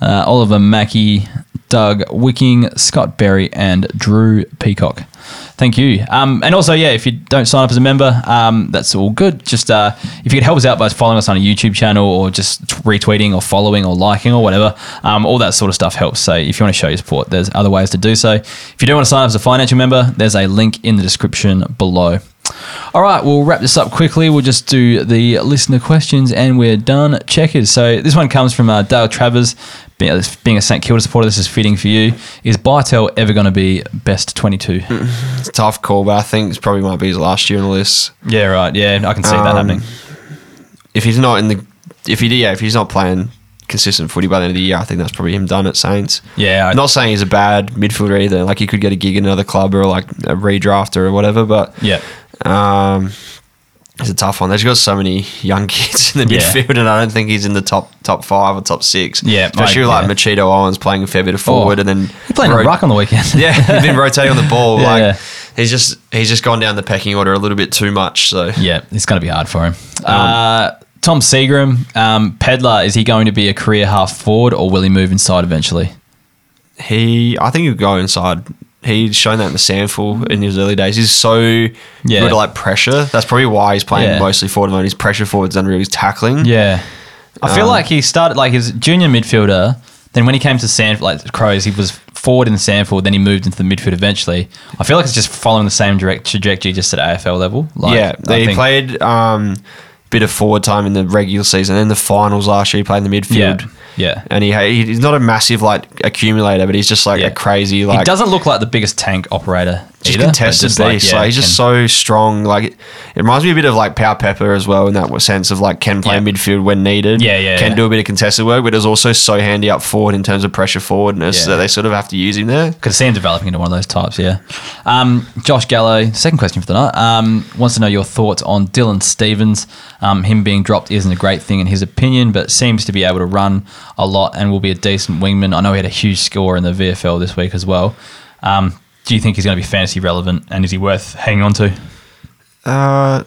uh, Oliver Mackey, Doug Wicking, Scott Berry, and Drew Peacock. Thank you. Um, and also, yeah, if you don't sign up as a member, um, that's all good. Just uh, if you could help us out by following us on a YouTube channel or just retweeting or following or liking or whatever, um, all that sort of stuff helps. So if you want to show your support, there's other ways to do so. If you do want to sign up as a financial member, there's a link in the description below. All right, we'll wrap this up quickly. We'll just do the listener questions and we're done. Checkers. So this one comes from uh, Dale Travers. Being being a St Kilda supporter, this is fitting for you. Is Bartel ever going to be best 22?
it's a tough call. But I think it's probably might be his last year on the list.
Yeah, right. Yeah, I can see that
Um,
happening.
If he's not in the, if he yeah, if he's not playing consistent footy by the end of the year, I think that's probably him done at Saints.
Yeah, I-
I'm not saying he's a bad midfielder either. Like he could get a gig in another club or like a redraft or whatever. But
Yeah.
Um, it's a tough one. They've got so many young [LAUGHS] kids in the
Yeah.
midfield, and I don't think he's in the top top five or top six.
Yeah,
especially
I-
like
yeah.
Machito Owens playing a fair bit of forward,
Oh,
and then
He played
ro-
in ruck on the [LAUGHS] weekend.
[LAUGHS] Yeah, he's been rotating on the
[LAUGHS]
ball.
Yeah,
like
yeah.
he's just he's just gone down the pecking order a little bit too much. So
yeah, it's going to be hard for him.
Um,
uh, Tom Seagram, um, Pedler, is he going to be a career half forward or will he move inside eventually?
he, I think he'll go inside. He's shown that in the sample in his early days. He's so
Yeah.
good at like pressure. That's probably why he's playing
Yeah.
mostly forward mode. His pressure forward's unreal. He's tackling.
Yeah. I feel
Um,
like he started like his junior midfielder Then when he came to Sanford, like Crows, he was forward in Sanford. Then he moved into the midfield eventually. I feel like it's just following the same direct trajectory, just at AFL level. Like,
yeah,
I
they
think-
played um, bit of forward time in the regular season. In the finals last year, he played in the
Yeah,
midfield.
yeah.
And he he- he's not a massive like accumulator, but he's just like
Yeah.
a crazy like
he doesn't look like the biggest tank operator.
just
either, but
contested
just
beast. Like, he's just
can-
so strong. Like it, it reminds me a bit of like Power Pepper as well in that sense of like can play
Yeah.
midfield when needed.
Yeah, yeah,
Can
yeah.
do a bit of contested work, but is also so handy up forward in terms of pressure forwardness
Yeah.
that they sort of have to use him there.
Could see him developing into one of those types, yeah. Um, Josh Gallo, second question for the night, um, wants to know your thoughts on Dylan Stevens. Um, him being dropped isn't a great thing in his opinion, but seems to be able to run a lot and will be a decent wingman. I know he had a huge score in the VFL this week as well. Um, do you think he's going to be fantasy relevant and is he worth hanging on to?
Uh,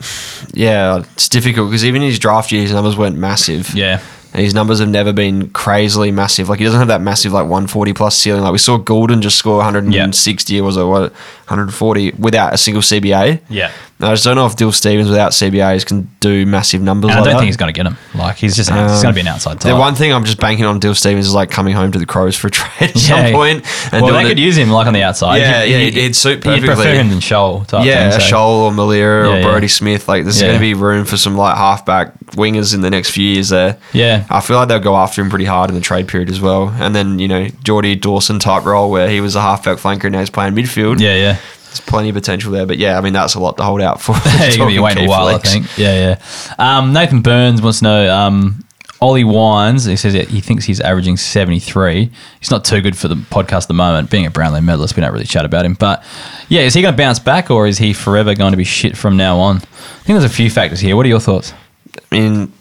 yeah, it's difficult because even his draft year, his numbers weren't massive.
Yeah.
And his numbers have never been crazily massive. Like he doesn't have that massive like 140 plus ceiling. Like we saw Golden just score 160 or was it what 140 without a single CBA.
Yeah.
And I just don't know if Dill Stevens without CBAs can do massive numbers.
And I
like
don't
that.
think he's going to get him. Like, he's just he's
Um,
going to be an outside
The
type.
one thing I'm just banking on Dill Stevens is like coming home to the Crows for a trade at
Yeah.
some point and
well,
doing
they
it-
could use him like on the outside.
Yeah,
He'd-
yeah,
he'd-
he'd suit
You'd prefer
perfectly.
him than Shoal type.
yeah,
thing, so-
Scholl or Malira
Yeah,
or
yeah.
Brody Smith. Like, there's
Yeah.
going to be room for some like halfback wingers in the next few years there.
Yeah.
I feel like they'll go after him pretty hard in the trade period as well. And then you know Geordie Dawson type role where he was a halfback flanker and now he's playing midfield.
Yeah, yeah.
there's plenty of potential there. But yeah, I mean that's a lot to hold out
[LAUGHS]
for.
Yeah,
[LAUGHS]
you're gonna be
Talking
waiting a
key
while,
flex.
I think. Yeah, yeah. Um, Nathan Burns wants to know. Um, Ollie Wines, he says that he thinks he's averaging 73. He's not too good for the podcast at the moment. Being a Brownlow medalist, we don't really chat about him. But yeah, is he going to bounce back or is he forever going to be shit from now on? I think there's a few factors here. What are your thoughts?
I mean,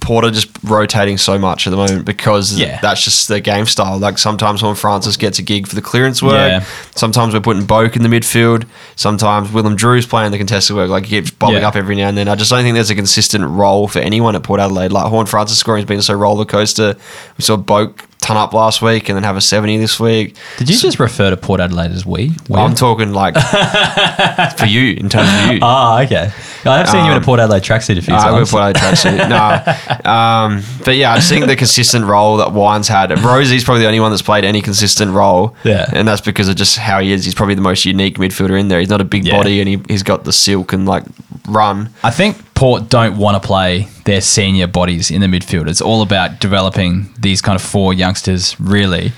Porter just rotating so much at the moment because
Yeah.
that's just their game style. Like sometimes when Francis gets a gig for the clearance work,
Yeah.
sometimes we're putting Boak in the midfield, sometimes Willem Drew's playing the contested work. Like he keeps bobbing
Yeah.
up every now and then. I just don't think there's a consistent role for anyone at Port Adelaide. Like Horn Francis scoring has been so roller coaster. We saw Boak ton up last week and then have a 70 this week.
Did you just refer to Port Adelaide as we? we?
I'm talking like
[LAUGHS]
for you in terms of you.
Ah, okay. I have seen you in a Port Adelaide tracksuit a few
Um, I would
times.
put out tracksuit.
[LAUGHS]
No, um, but yeah, I just think the consistent role that Wines had. Rosie's probably the only one that's played any consistent role.
Yeah.
and that's because of just how he is. He's probably the most unique midfielder in there. He's not a big
Yeah.
body, and he, he's got the silk and like run.
I think Port don't want to play their senior bodies in the midfield. It's all about developing these kind of four youngsters, really.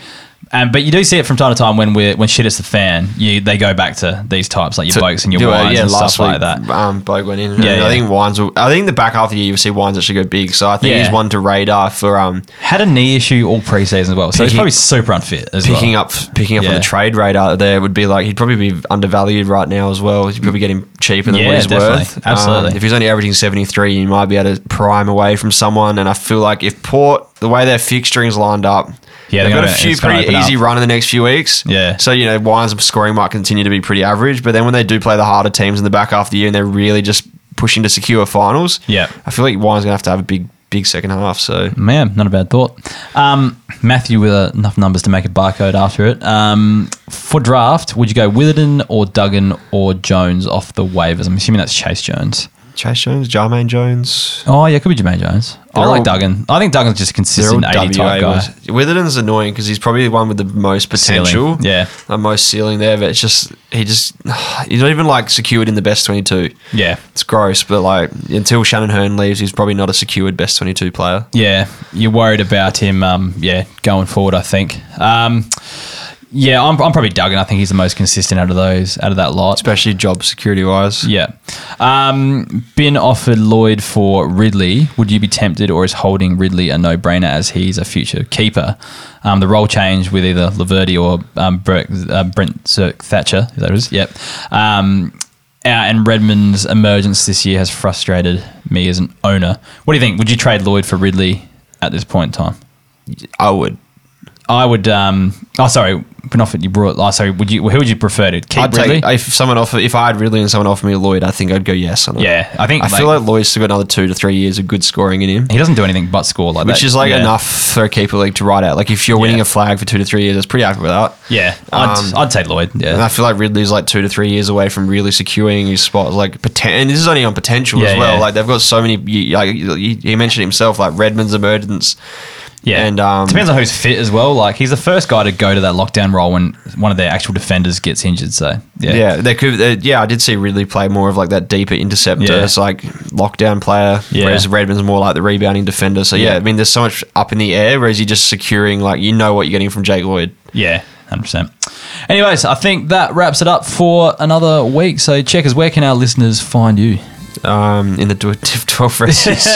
And but you do see it from time to time when we're when shit hits the fan, you they go back to these types like your blokes and your
Yeah,
wines
yeah,
and
last
stuff like
week,
that.
Um, Bogue went in.
Yeah,
Yeah,
yeah.
I think Wines. Will, I think the back half of the year you see Wines actually go big. So I think
Yeah.
he's one to radar for um,
Had a knee issue all preseason as well, so he's
Picking-
probably super unfit as
picking
well.
up picking up on
Yeah.
the trade radar there would be like he'd probably be undervalued right now as well. You'd probably get him cheaper than
Yeah,
what he's
definitely.
worth. Um,
Absolutely.
if he's only averaging seventy three, you might be able to prime away from someone. And I feel like if Port, the way their fixturing's lined up,
Yeah, they're
they've got
gonna-
a few
it's gonna
pretty
open
easy
up.
run in the next few weeks.
Yeah.
So you know, Wines' scoring might continue to be pretty average, but then when they do play the harder teams in the back half of the year and they're really just pushing to secure finals,
Yeah.
I feel like Wines gonna have to have a big big second half. So
Man, not a bad thought. Um, Matthew with uh, enough numbers to make a barcode after it. Um, for draft, would you go Witherden or Duggan or Jones off the waivers? I'm assuming that's Chase Jones.
Chase Jones, Jarmaine Jones.
Oh yeah, it could be Jermaine Jones. I
They're
like
all-
Duggan. I think Duggan's just a consistent eighty type guy.
was- Witherden's annoying because he's probably the one with the most
Ceiling.
potential.
Yeah.
The most ceiling there, but it's just, he just, [SIGHS] he's not even like secured in the best 22.
Yeah,
It's gross, but like until Shannon Hearn leaves, he's probably not a secured best 22 player.
yeah. You're worried about him. Um, yeah, going forward, I think. Um, yeah, I'm, I'm probably Duggan. I think he's the most consistent out of those, out of that lot.
Especially job security wise.
Yeah. Um, been offered Lloyd for Ridley. Would you be tempted, or is holding Ridley a no brainer as he's a future keeper? Um, the role change with either Laverty or um, Brent, uh, Brent Zirk Thatcher, is that what it is? Yep. Um, uh, and Redmond's emergence this year has frustrated me as an owner. What do you think? Would you trade Lloyd for Ridley at this point in time?
I would.
I would. Um, oh, sorry. Been offered. You brought. Oh, sorry. Would you? Who would you prefer to keep
I'd
Ridley?
take, if someone offer if I had Ridley and someone offered me Lloyd, I think I'd go yes on it.
yeah, I think.
I feel like Lloyd's still got another two to three years of good scoring in him.
he doesn't do anything but score like that.
Which is like
Yeah.
enough for a keeper league to ride out. Like if you're winning
Yeah.
a flag for two to three years, it's pretty happy with that.
Yeah, I'd,
Um,
I'd take Lloyd.
And
Yeah,
I feel like Ridley's like two to three years away from really securing his spot. Like, poten- and this is only on potential
Yeah,
as well.
yeah.
Like, they've got so many. you- Like, you- you- he mentioned himself, like Redmond's emergence.
Yeah,
And um,
depends on who's fit as well. Like he's the first guy to go to that lockdown role when one of their actual defenders gets injured. So yeah,
Yeah, they could. Uh, yeah, I did see Ridley play more of like that deeper interceptor.
Yeah.
It's like lockdown player,
Yeah.
whereas Redmond's more like the rebounding defender. So yeah,
Yeah.
I mean, there's so much up in the air, whereas you're just securing like you know what you're getting from Jake Lloyd.
yeah, hundred percent. Anyways, I think that wraps it up for another week. So checkers, where can our listeners find you?
um, in the [LAUGHS] Div
[LAUGHS]
12 races.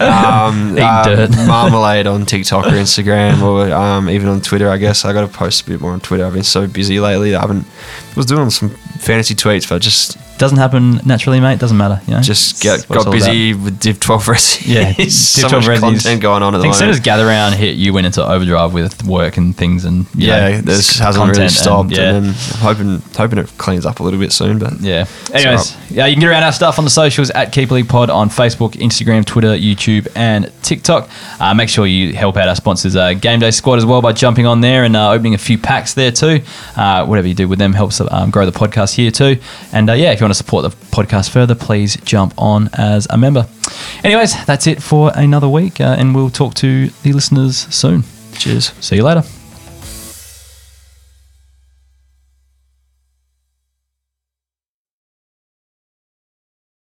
um,
Eating
uh,
dirt.
marmalade on TikTok or Instagram or um, even on Twitter, I guess. I got to post a bit more on Twitter. I've been so busy lately. I haven't. I was doing some fantasy tweets, but just
Doesn't happen naturally, mate. Doesn't matter. You know,
just
It's
get,
what it's
got
all about.
busy with Div 12 races. [LAUGHS]
Yeah,
so
Div 12
much
races.
content going on
I
at the
think as soon as
moment.
Gather Round hit, you went into overdrive with work and things, and you
Yeah,
know,
this
s-
hasn't
content
really
and-
stopped, and,
yeah.
then I'm hoping hoping it cleans up a little bit soon. But
Yeah. Anyways, yeah, you can get around our stuff on the socials at Keep League Pod on Facebook, Instagram, Twitter, YouTube, and TikTok. Uh, make sure you help out our sponsors, uh, Game Day Squad, as well by jumping on there and uh, opening a few packs there too. Uh, whatever you do with them helps um, grow the podcast here too. And uh, yeah, if you want to support the podcast further, please jump on as a member. Anyways, that's it for another week, uh, and we'll talk to the listeners soon.
cheers.
See you later.